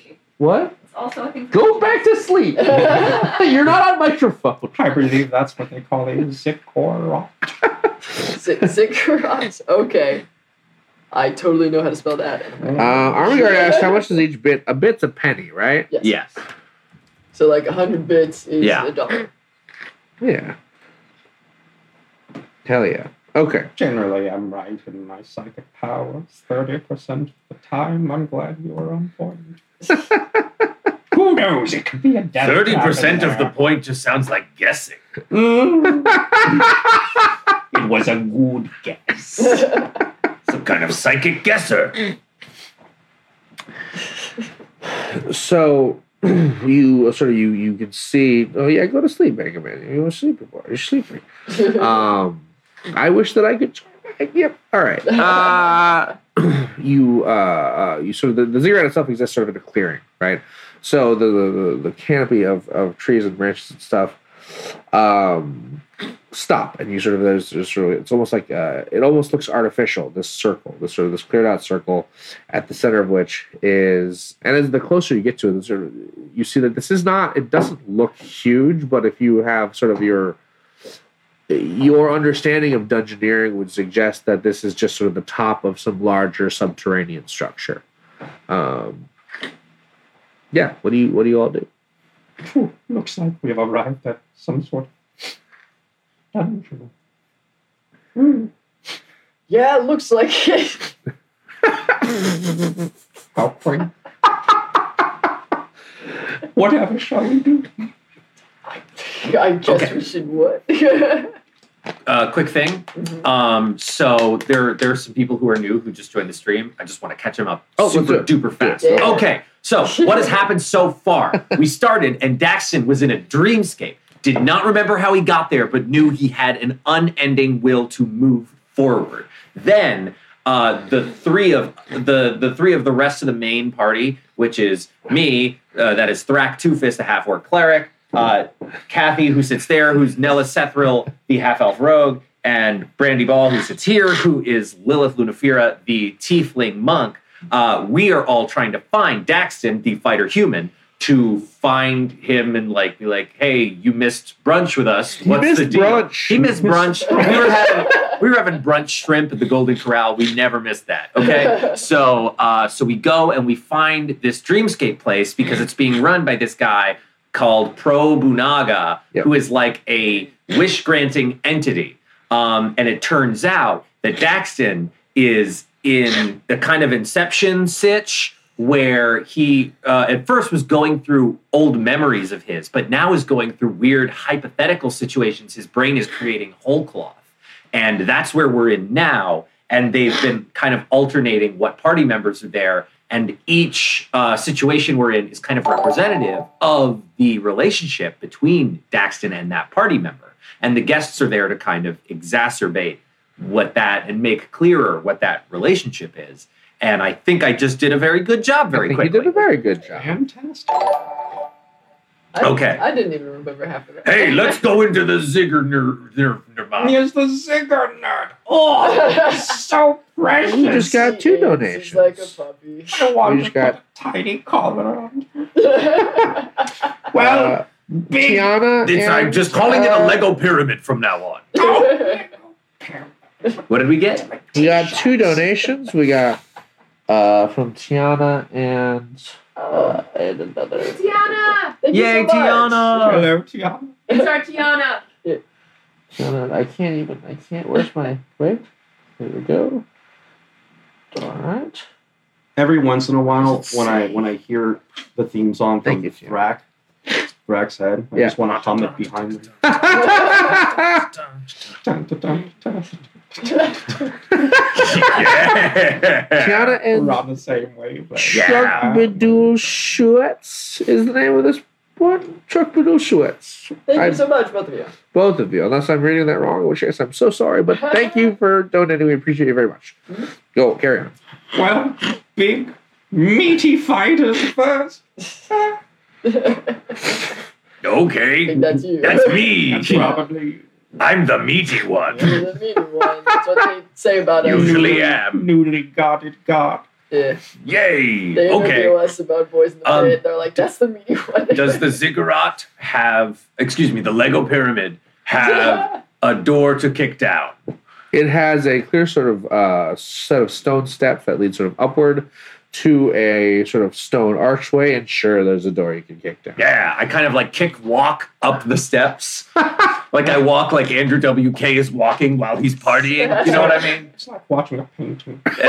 History.
What?
It's also a thing. for-
Go back to sleep. You're not on microphone.
I believe that's what they call a zip or rock.
Z- Ziggurat. Okay. I totally know how to spell that.
Uh, Armageddon asked, "How much is each bit? A bit's a penny, right?
Yes.
Yes.
So like 100 bits is
Yeah.
a dollar.
Yeah. Hell yeah. Okay.
Generally, I'm right in my psychic powers 30% of the time. I'm glad you were on point. Who knows? It could be a death.
Thirty percent of the point just sounds like guessing.
Mm-hmm.
It was a good guess.
Some kind of psychic guesser.
So you sort of you you can see. Oh yeah, go to sleep, Angerman. You're sleeping. boy. You're sleeping. Um, I wish that I could. Yep. All right. Uh, you uh, uh, you sort of the, the ziggurat itself exists sort of in a clearing, right? So the the, the, the canopy of, of trees and branches and stuff um, stop, and you sort of there's, there's sort of it's almost like uh, it almost looks artificial. This circle, this sort of this cleared out circle, at the center of which is, and as the closer you get to it, the sort of you see that this is not. It doesn't look huge, but if you have sort of your your understanding of dungeoneering would suggest that this is just sort of the top of some larger subterranean structure. Um, yeah, what do you what do you all do?
Phew, looks like we have arrived at some sort of dungeon.
Yeah, it looks like it.
How quaint. Whatever shall we do?
I guess we should what?
Uh, quick thing.
Mm-hmm.
Um, so there there are some people who are new who just joined the stream. I just want to catch them up
Oh, let's
super
do
duper fast.
Yeah.
Okay. So what has happened so far? We started and Daxton was in a dreamscape. Did not remember how he got there, but knew he had an unending will to move forward. Then
uh, the three of the the three of the rest of the main party, which is me, uh, that is Thrak Two Fist, the half orc cleric, uh, Kathy, who sits there, who's Nella Sethril, the half elf rogue, and Brandy Ball, who sits here, who is Lilith Lunafira, the tiefling monk. Uh, we are all trying to find Daxton, the fighter human, to find him and like be like, hey, you missed brunch with us. What's
missed
the deal?
brunch.
He missed brunch. we were having we were having brunch shrimp at the Golden Corral. We never missed that. Okay. so uh, so we go and we find this dreamscape place because it's being run by this guy called Pro Bunaga, who is like a wish granting entity. Um, and it turns out that Daxton is in the kind of inception sitch where he uh, at first was going through old memories of his, but now is going through weird hypothetical situations. His brain is creating whole cloth. And that's where we're in now. And they've been kind of alternating what party members are there. And each uh, situation we're in is kind of representative of the relationship between Daxton and that party member. And the guests are there to kind of exacerbate what that and make clearer what that relationship is. And I think I just did a very good job very
think you
quickly.
did a very good job.
Fantastic.
I,
Okay.
I didn't even remember half of it.
Hey, let's go into the Zigger nerve ner- Nirvana.
Here's the Zigger nerd. Oh, so precious.
We just got two donations.
like a puppy.
I want
We just got
tiny collar on. well,
uh,
big.
Tiana.
It's, I'm
and,
just calling it a
uh,
Lego pyramid from now on.
What did we get?
We got two donations. We got uh, from Tiana and uh, and another.
Tiana!
Thank you
Yay,
so much.
Tiana!
Hello, Tiana.
It's our Tiana.
Tiana. I can't even. I can't. Where's my wait? Here we go. All right.
Every once in a while, when I when I hear the theme song
Thank
from
you, Jim.
Thrak, Thrak's head, I
Yeah.
just want to hum it behind me. Dun, dun, dun, dun.
Yeah.
Tiana and
We're on the same wavelength.
Chuck Bedul Schuetz is the name of this one. Chuck Bedul Schuetz.
Thank
I-
you so much, both of you.
Both of you, unless I'm reading that wrong, in which case I'm so sorry, but thank you for donating. We appreciate you very much. Go, carry on.
Well, big meaty fighters first.
I
Okay,
think that's you.
that's me.
Probably
I'm the meaty one.
You're the mean one. That's what they say about us.
Usually am.
newly guarded guard.
Yeah.
Yay.
They interview
Okay.
us about boys in the
Um,
pit. They're like, that's the mean one.
Does the ziggurat have? Excuse me. The Lego pyramid have a door to kick down?
It has a clear sort of uh, set of stone steps that lead sort of upward to a sort of stone archway, and sure, there's a door you can kick down.
Yeah, I kind of like kick walk up the steps. like I walk like Andrew WK is walking while he's partying. You know what I mean?
It's like watching a painting.
And then,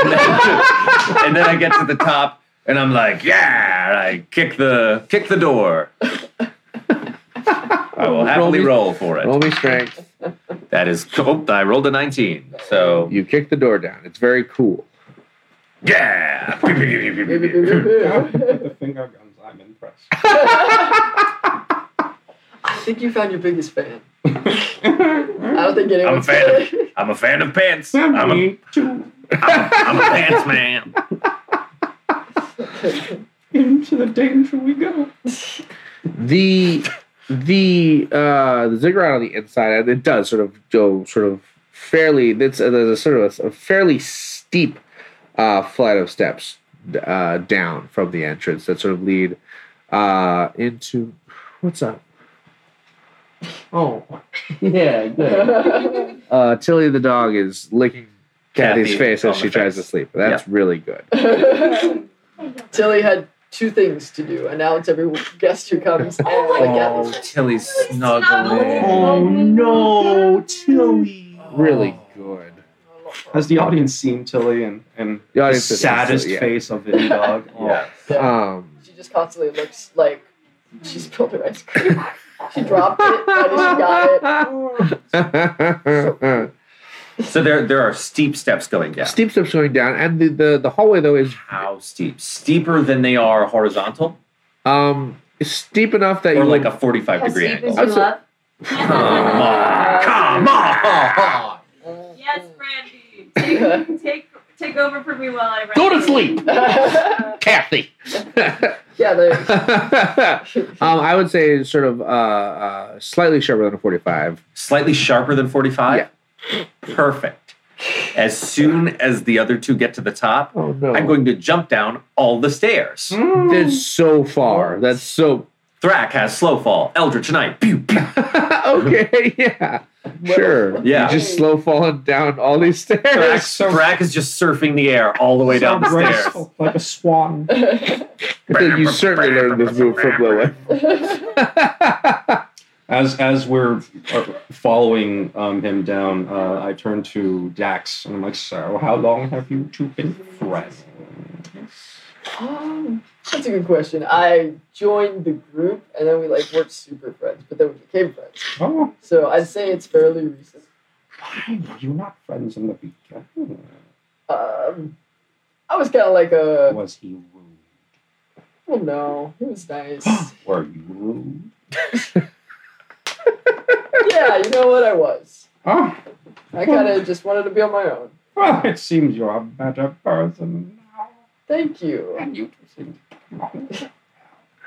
and then I get to the top and I'm like, yeah, and I kick the kick the door. I will happily roll for
Roll
it.
me strength.
That is oh, I rolled a 19. So
You kick the door down. It's very cool.
yeah.
With the finger guns, I'm impressed.
I think you found your biggest fan. I don't think
I'm a
anyone's
fan of I'm a fan of pants. I'm a, I'm,
Me too.
a, I'm a pants man.
Into the danger we go.
the the uh the ziggurat on the inside it does sort of go sort of fairly it's uh, there's a sort of a, fairly steep uh flight of steps uh down from the entrance that sort of lead uh into what's up oh yeah good uh tilly the dog is licking kathy's
Kathy
face
on
as
the
she tries to
face.
sleep that's really good
Tilly had two things to do: announce every guest who comes and like,
Oh,
Kathy's-
Tilly's snuggling.
Oh
Oh,
no, Tilly!
Oh.
really good
Has the audience seen Tilly and and
The
the
audience is-
saddest
yeah.
face of any dog?
Oh,
Yeah.
Yeah.
um
She just constantly looks like she spilled her ice cream. she dropped it. Why did she got it?
So there there are steep steps going down.
Um, Steep steps going down, and the, the, the hallway though is
How steep? Steeper than they are horizontal,
um is steep enough that
or
you
like
would-
a forty five
How
degree
steep is your
That's
angle.
a-
love?
Come on, come on.
Uh,
Yes, Brandy. Take, take Take over for me while I run.
Go to sleep.
Uh,
Kathy.
yeah, there.
um, I would say sort of uh, uh, slightly sharper than a 45.
Slightly sharper than 45? Perfect. As soon as the other two get to the top, I'm going to jump down all the stairs.
Mm. That's so far. That's so.
Thrack has slow fall. Eldritch Knight. Pew, pew.
okay, yeah. Sure.
Yeah.
You're just slow falling down all these stairs.
Thrack, Thrack is just surfing the air all the way down the stairs.
graceful, like a swan.
you certainly learned this move from Lilith.
As as we're uh, following um, him down, uh, I turn to Dax and I'm like, "So, how long have you two been friends?"
Um, that's a good question. I joined the group and then we like weren't super friends, but then we became friends.
Oh,
So I'd say it's fairly recent.
why were you not friends in the beginning?
Um, I was kind of like a
Was he rude?
well, no, he was nice.
Were you rude?
yeah, you know what? I was.
Oh,
I kind of just wanted to be on my own.
well, it seems you're a better person.
Thank you.
And you two seem to get along.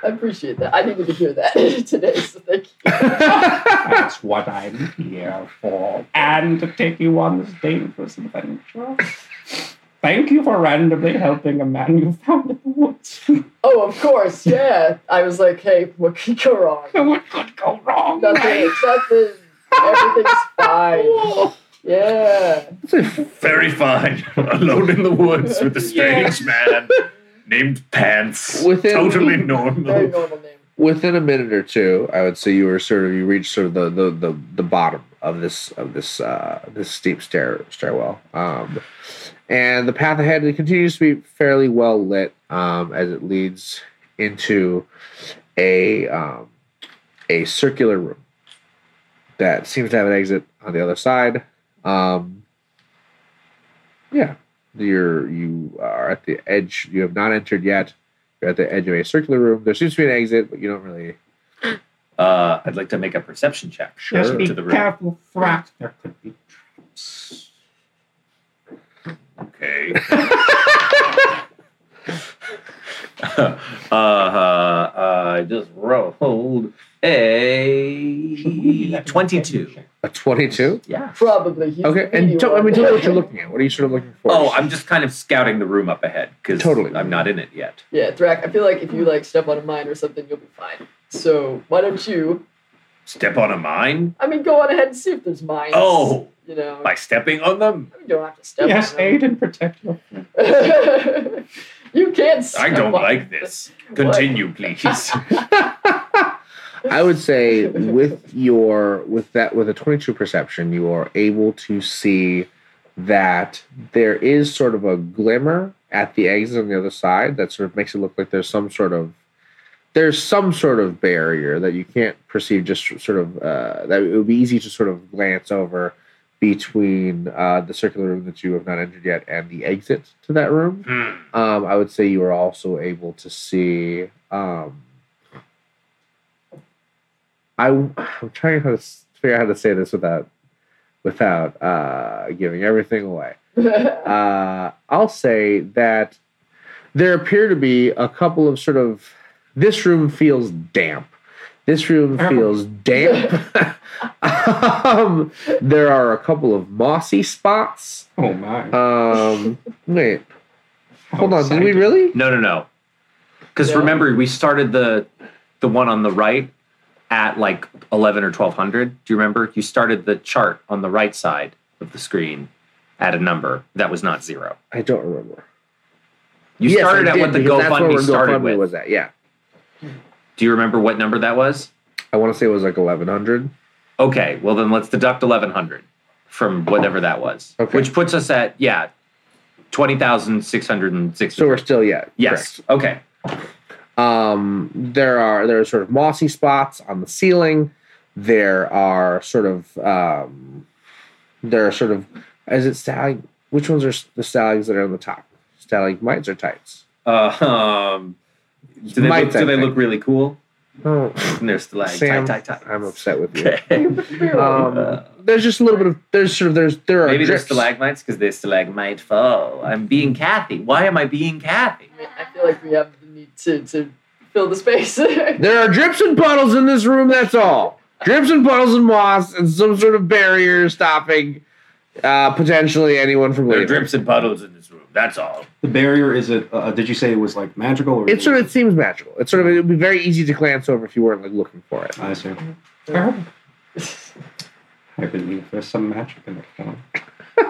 I appreciate that. I needed to hear that today. So thank you.
That's what I'm here for. And to take you on this dangerous adventure. Thank you for randomly helping a man you found in the woods.
Oh, of course. Yeah. I was like, hey, what could go wrong?
what could go wrong?
Nothing. Nothing. Everything's fine. Yeah.
Very fine. Alone in the woods with a strange man named Pants.
Within-
totally
Very
normal.
normal name.
Within a minute or two, I would say you were sort of you reached sort of the the, the, the bottom of this of this uh, this steep stair stairwell. Um, and the path ahead it continues to be fairly well lit um, as it leads into a um, a circular room that seems to have an exit on the other side. Um, yeah, you're you are at the edge. You have not entered yet. You're at the edge of a circular room. There seems to be an exit, but you don't really.
Uh, I'd like to make a perception check.
Sure.
Just be
To the room.
careful, Thrax. There could be traps.
Okay.
uh, uh, I just rolled a 22.
A twenty-two.
Yeah.
Probably. He's
Okay,
the
and
meteor.
tell, I mean, tell me what you're looking at. What are you sort of looking for?
Oh, I'm just kind of scouting the room up ahead because
Totally.
I'm not in it yet.
Yeah, Thrak, I feel like if you like step on a mine or something, you'll be fine. So why don't you?
Step on a mine?
I mean, go on ahead and see if there's mines.
Oh,
you know,
by stepping on them?
you don't have to step.
Yes,
on
aid and protect your friend.
them. you can't. Step
I don't
on
like this. Continue, please.
I would say with your with that with a 22 perception, you are able to see that there is sort of a glimmer at the exit on the other side that sort of makes it look like there's some sort of there's some sort of barrier that you can't perceive just sort of uh, that it would be easy to sort of glance over between uh, the circular room that you have not entered yet and the exit to that room
Hmm.
um, i would say you are also able to see um, I I'm trying how to s- figure out how to say this without without uh, giving everything away.
them.
Uh, I'll say that there appear to be a couple of sort of this room feels damp. This room feels damp. um, there are a couple of mossy spots.
Oh my.
Um, wait, hold on. Did we
Exciting.
really?
No, no, no. Because
Yeah.
remember, we started the the one on the right at like eleven or twelve hundred. Do you remember? You started the chart on the right side of the screen at a number that was not zero.
I don't remember.
You
Yes,
started
I
at
did,
what the
because that's where
GoFundMe started
GoFundMe
with.
was at. Yeah,
Do you remember what number that was?
I want to say it was like 1100.
Okay, well then let's deduct eleven hundred from whatever that was,
Okay.
which puts us at yeah twenty thousand six hundred and sixty.
So we're still yeah. correct.
yes. Okay.
Um, there are there are sort of mossy spots on the ceiling. There are sort of um, there are sort of is it stalag? Which ones are s- the stalags that are on the top? Stalagmites or tights?
Uh, um, do they, look,
Mites, I
do they
think.
look really cool?
Oh,
And they're still like,
Sam,
tight, tight, tight.
I'm upset with you. Um, there's just a little bit of there's sort of there's there are
Maybe they're
drips.
stalagmites because they're stalagmite fall. I'm being Kathy. Why am I being Kathy?
I feel like we have the need to, to fill the space. That's
There are drips and puddles in this room. That's all. Drips and puddles and moss and some sort of barrier stopping uh, potentially anyone from
There are
leaving.
drips and puddles in this room. That's all.
The barrier is it? Uh, did you say it was like magical? Or
It sort of it seems magical. It's sort of it would be very easy to glance over if you weren't like looking for it.
I see. I believe there's some magic in the corner.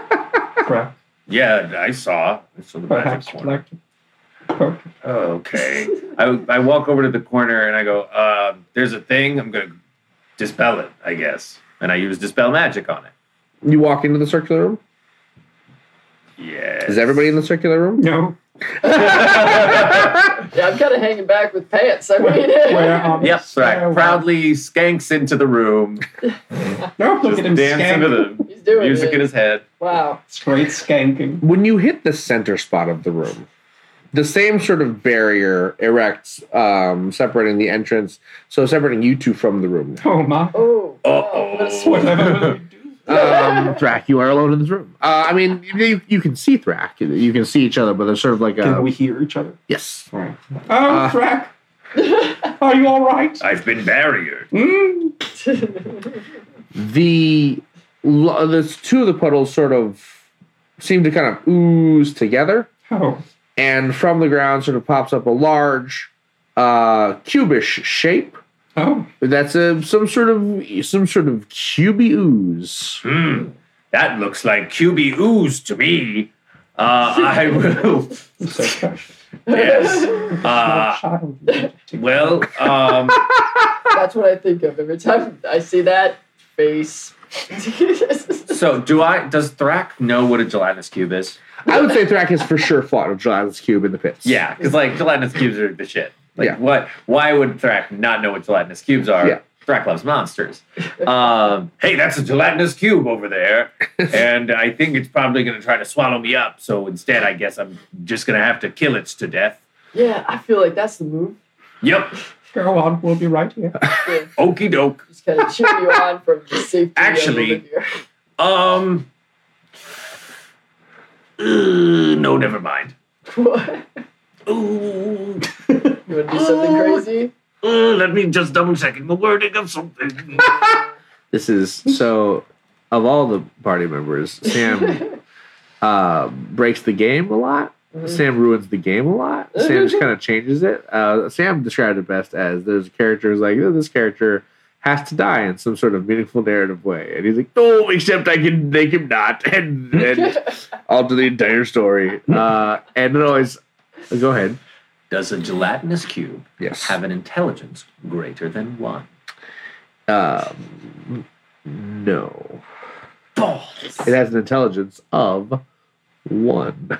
Perhaps,
Yeah, I saw. I saw the magic
perhaps
corner.
like poke
Oh, okay. I, I walk over to the corner and I go, uh, there's a thing. I'm going to dispel it, I guess. And I use dispel magic on it.
You walk into the circular room.
Yeah.
Is everybody in the circular room?
No.
yeah, I'm kind of hanging back with pants. I mean,
Yep, right. Proudly skanks into the room.
No, look
Just
at him
dancing
skanking.
to
he's
the
doing
music
it.
in his head.
Wow.
Straight skanking.
When you hit the center spot of the room, the same sort of barrier erects, um, separating the entrance, so separating you two from the room.
Oh my.
Oh.
Whatever.
oh.
Um, Thrak, you are alone in this room. Uh, I mean, you, you can see Thrak. You can see each other, but there's sort of like a
Can we hear each other?
yes.
All right.
Oh,
Uh,
Thrak. Are you all right?
I've been barriered.
Mm.
The lo- the two of the puddles sort of seem to kind of ooze together.
Oh.
and from the ground sort of pops up a large uh cubish shape
Oh.
that's a some sort of some sort of cubey ooze
Hmm. That looks like QB ooze to me. Uh, I will.
So precious.
Yes. Uh,
Child.
well, um,
what I think of every time I see that face.
So do I? Does Thrak know what a gelatinous cube is?
i would say thrak is for sure fought a gelatinous cube in the pits
Yeah, because like gelatinous cubes are the shit. Like
Yeah.
what? Why would Thrak not know what gelatinous cubes are?
Yeah.
Thrak loves monsters. Um,
hey, that's a gelatinous cube over there, and I think it's probably going to try to swallow me up. So instead, I guess I'm just going to have to kill it to death.
yeah, I feel like that's the move.
Yep.
Go on, we'll be right here.
Yeah,
Okie doke.
just kind of cheer you on from the safety.
Actually-
level of your-
Um. uh, no, never mind.
What?
Ooh,
You want to do something crazy?
uh, let me just double checking the wording of something.
this is so of all the party members sam uh breaks the game a lot Sam ruins the game a lot. Sam just kind of changes it. Uh, Sam described it best as there's a character who's like, oh, this character has to die in some sort of meaningful narrative way. And he's like, no, except I can make him not. And, and alter the entire story. Uh, and it always, uh, go ahead.
does a gelatinous cube
Yes.
have an intelligence greater than one?
Um, no.
Balls.
It has an intelligence of one.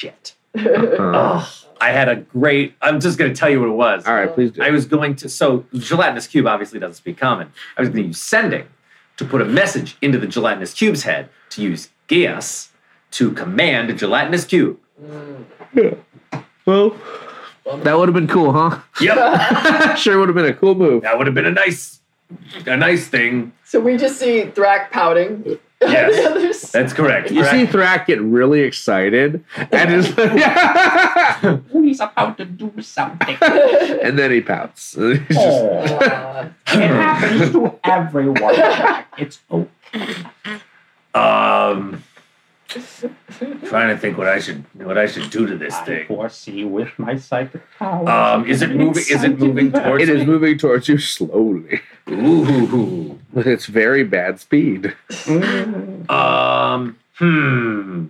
Shit.
Uh,
Oh, I had a great. I'm just gonna tell you what it was.
all right, please do.
I was going to. So gelatinous cube obviously doesn't speak common. I was going to use sending to put a message into the gelatinous cube's head to use Gias to command a gelatinous cube.
well, that would have been cool, huh?
Yep.
sure would have been a cool move.
That would have been a nice, a nice thing.
So we just see Thrak pouting.
Yes.
On the other side.
That's correct.
You see Thrak get really excited, and is
He's about to do something.
and then he pouts. He's just-
Oh,
Uh,
it happens to everyone. Jack. It's okay.
Um, trying to think what I should what I should do to this
I
thing.
foresee with my psychic powers.
Um, is it moving? Is it moving towards?
it is
me?
moving towards you slowly
Ooh.
with its very bad speed.
Mm.
Um. Hmm.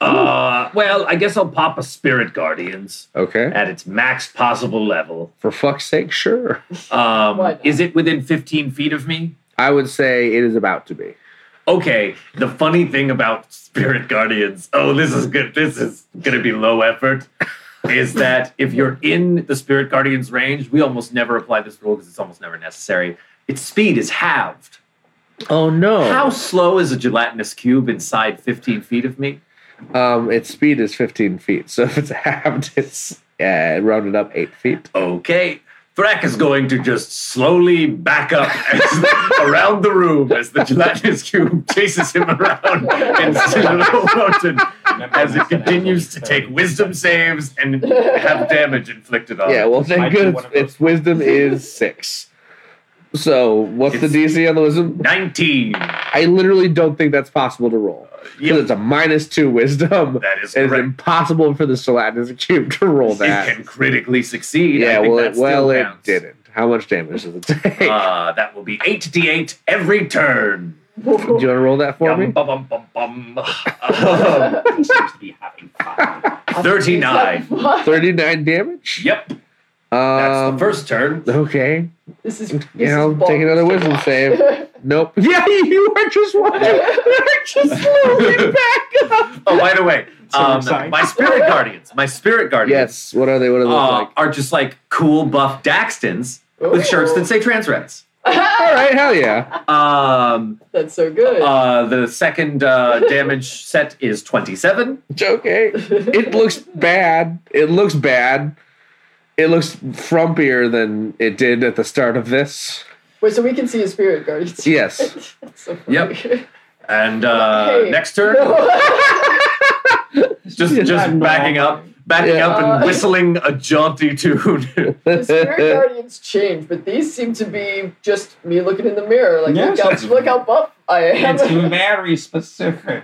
Uh. Well, I guess I'll pop a spirit guardians
Okay,
at its max possible level.
for fuck's sake, sure.
Why
Um.
not?
Is it within fifteen feet of me?
I would say it is about to be.
okay, the funny thing about Spirit Guardians, oh, this is good. This is going to be low effort. Is that if you're in the Spirit Guardians range, we almost never apply this rule because it's almost never necessary. Its speed is halved.
Oh no!
How slow is a gelatinous cube inside 15 feet of me?
Um, its speed is 15 feet, so if it's halved, it's uh, rounded up eight feet.
Okay. Thrak is going to just slowly back up as, around the room as the gelatinous cube chases him around and rotated as it continues to take wisdom saves and have damage inflicted on
Yeah,
it.
well, thank goodness its wisdom is six. So, what's the DC on the wisdom?
19.
I literally don't think that's possible to roll.
Uh,
Because it's a minus two wisdom. That is It's impossible for the Gelatinous Cube to roll that.
You can critically succeed. I
yeah,
think
well,
that
it,
still
well it
counts.
didn't. How much damage does it take?
Uh, that will be 8d8 every turn.
Do
Uh,
you want to roll that for me?
Bum, bum, bum, bum. Um,
He seems to be
39.
39 damage?
Yep.
That's
Um,
the
first turn.
Okay.
This is.
You know, take another wisdom save. Nope. Yeah, you are just watching. just slowly back up.
Oh, by the way, um,
exciting.
my spirit guardians, my spirit guardians.
Yes. What are they? What are they
uh,
like?
Are just like cool buff Daxtons
Oh.
with shirts that say trans rats.
All right. Hell yeah.
Um,
That's so good.
uh, the second uh, damage set is 27.
It's okay. It looks bad. It looks bad. It looks frumpier than it did at the start of this.
Wait, so we can see his spirit guardians.
Yes.
That's so funny.
Yep. And uh,
Hey.
next turn, just just backing up, backing
Yeah.
up, and
Uh,
whistling a jaunty tune.
The spirit guardians change, but these seem to be just me looking in the mirror. Like,
Yeah,
look, how,
sounds-
look how buff I am.
It's very specific.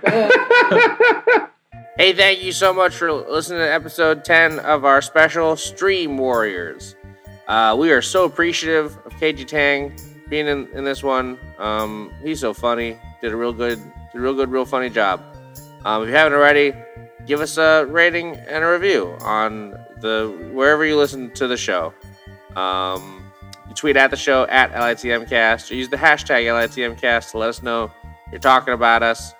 Hey, thank you so much for listening to episode 10 of our special Stream Warriors. Uh, we are so appreciative of KG Tang being in, in this one. Um, he's so funny. Did a real good, did a real good, real funny job. Um, if you haven't already, give us a rating and a review on the wherever you listen to the show. Um, you tweet at the show at LITMcast or use the hashtag LITMcast to let us know you're talking about us.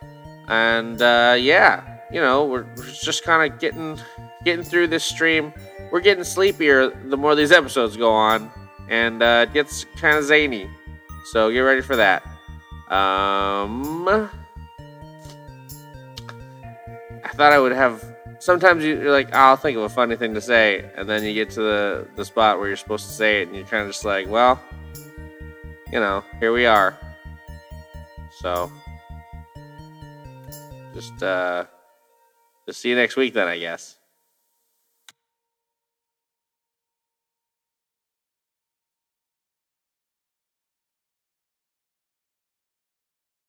And uh, yeah, you know, we're, we're just kind of getting getting through this stream. We're getting sleepier the more these episodes go on, and uh, it gets kind of zany. So get ready for that. Um, I thought I would have. Sometimes you- you're like, "Oh, I'll think of a funny thing to say, and then you get to the, the spot where you're supposed to say it, and you're kind of just like, well, you know, here we are. So, just, uh, just see you next week then, I guess.